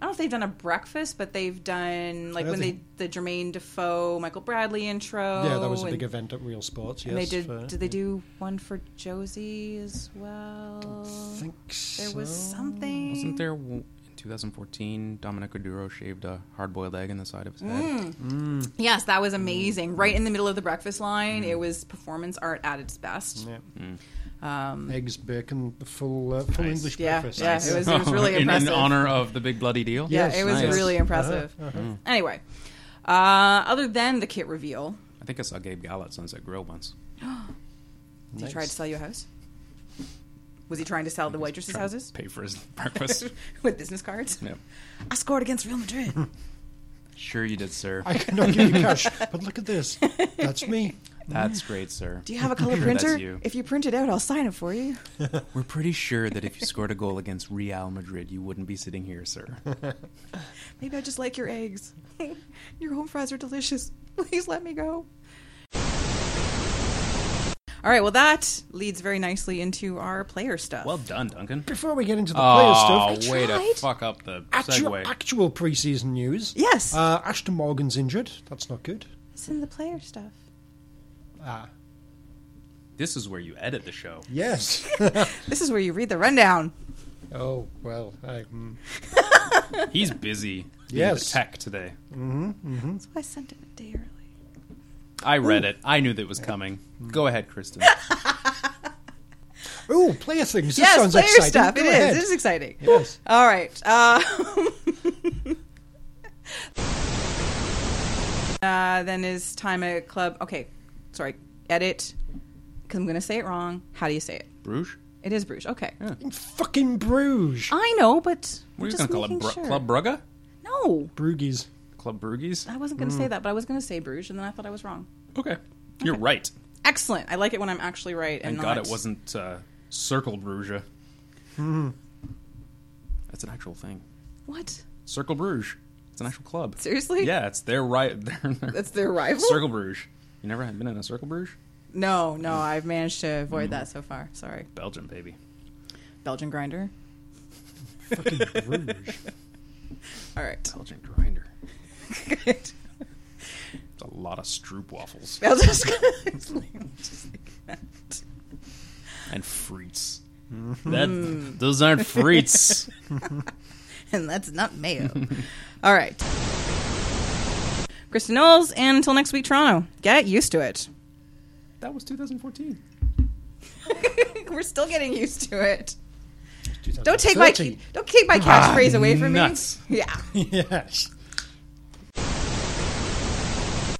S2: I don't know if they've done a breakfast, but they've done like
S3: I
S2: when
S3: think-
S2: they the Jermaine Defoe, Michael Bradley intro.
S3: yeah, that was a
S2: and-
S3: big event at Real Sports. Yes,
S2: And they did.
S3: for-
S2: did they do one for Josie as well?
S3: I think
S2: There was
S3: so.
S2: something.
S1: Wasn't there w- in 2014 Dominic Oduro shaved a hard-boiled egg in the side of his
S2: Mm,
S1: head?
S2: Yes, that
S3: Mm.
S2: was amazing. Right in the middle of the breakfast line, it was performance art at its best. Um,
S3: Yeah. Eggs, bacon, the full, uh, full English
S2: Yeah,
S3: breakfast.
S2: yeah, it was, it was really
S1: in, in
S2: impressive.
S1: honor of the big bloody deal.
S2: yeah,
S3: Yes,
S2: it was
S3: nice. Uh-huh,
S2: really impressive. Anyway, uh, other than the kit reveal,
S1: I think I saw Gabe Gala at Sunset Grill once.
S2: he tried to sell you a house. Was he trying to sell the waitresses'
S1: Trying to
S2: houses
S1: Pay for his breakfast.
S2: with business cards?
S1: Yep.
S2: I scored against Real Madrid.
S1: Sure, you did, sir.
S3: I cannot give you cash, but look at this. That's me.
S1: That's great, sir.
S2: Do you have a color
S1: Sure, that's
S2: printer?
S1: you.
S2: If you print it out, I'll sign it for you.
S1: We're pretty sure that if you scored a goal against Real Madrid, you wouldn't be sitting here, sir.
S2: Maybe I just like your eggs. your home fries are delicious. Please let me go. All right, well, that leads very nicely into our player stuff.
S1: Well done, Duncan.
S3: Before we get into the player
S1: Oh,
S3: stuff,
S1: way
S2: tried.
S1: to fuck up the
S3: actual,
S1: segue.
S3: actual preseason news.
S2: Yes.
S3: Uh, Ashton Morgan's injured. That's not good.
S2: it's in the player stuff.
S1: This is where you edit the show.
S3: Yes.
S2: This is where you read the rundown.
S3: oh, well. I, mm.
S1: He's busy. being
S3: Yes.
S1: The tech today.
S2: That's why I sent it a day early.
S1: I read it. I knew that was coming. Go ahead, Kristen.
S3: Oh, player things. This
S2: yes,
S3: sounds
S2: player
S3: exciting.
S2: stuff.
S3: Go
S2: It is.
S3: ahead.
S2: It is exciting.
S3: Yes.
S2: All right. Uh, uh, then is time at club. Okay, sorry. Edit. Because I'm going to say it wrong. How do you say it?
S1: Bruges?
S2: It is Bruges. Okay.
S3: Fucking Bruges.
S2: I know, but
S1: What are you going
S2: just
S1: to call
S2: making
S1: it? Bru-
S2: sure.
S1: Club Brugge?
S2: No,
S3: Bruges.
S1: Club Bruggies?
S2: I wasn't going to say
S1: Hmm.
S2: that, but I was going to say Bruges, and then I thought I was wrong.
S1: Okay. You're right.
S2: Excellent. I like it when I'm actually right
S1: Thank
S2: and not.
S1: God it wasn't uh, Circle Bruges. That's an actual thing.
S2: What?
S1: Circle Bruges. It's an actual club.
S2: Seriously?
S1: Yeah, it's their right. Their, their
S2: That's their rival.
S1: Circle Bruges. You never have been in a Circle Bruges?
S2: No, no, I've managed to avoid that so far. Sorry,
S1: Belgium, baby.
S2: Belgian grinder.
S3: Bruges.
S2: All right.
S1: Belgian grinder.
S2: Good.
S1: It's a lot of stroop waffles
S2: I was just gonna explain. Just like that.
S1: and frites. That those aren't frites.
S2: And that's not mayo. All right. Kristen Knowles, and until next week, Toronto. Get used to it.
S1: that was 2014.
S2: We're still getting used to it. Don't take my
S3: 2013.
S2: don't take my catchphrase away from
S1: nuts.
S2: me. Yeah.
S3: Yes.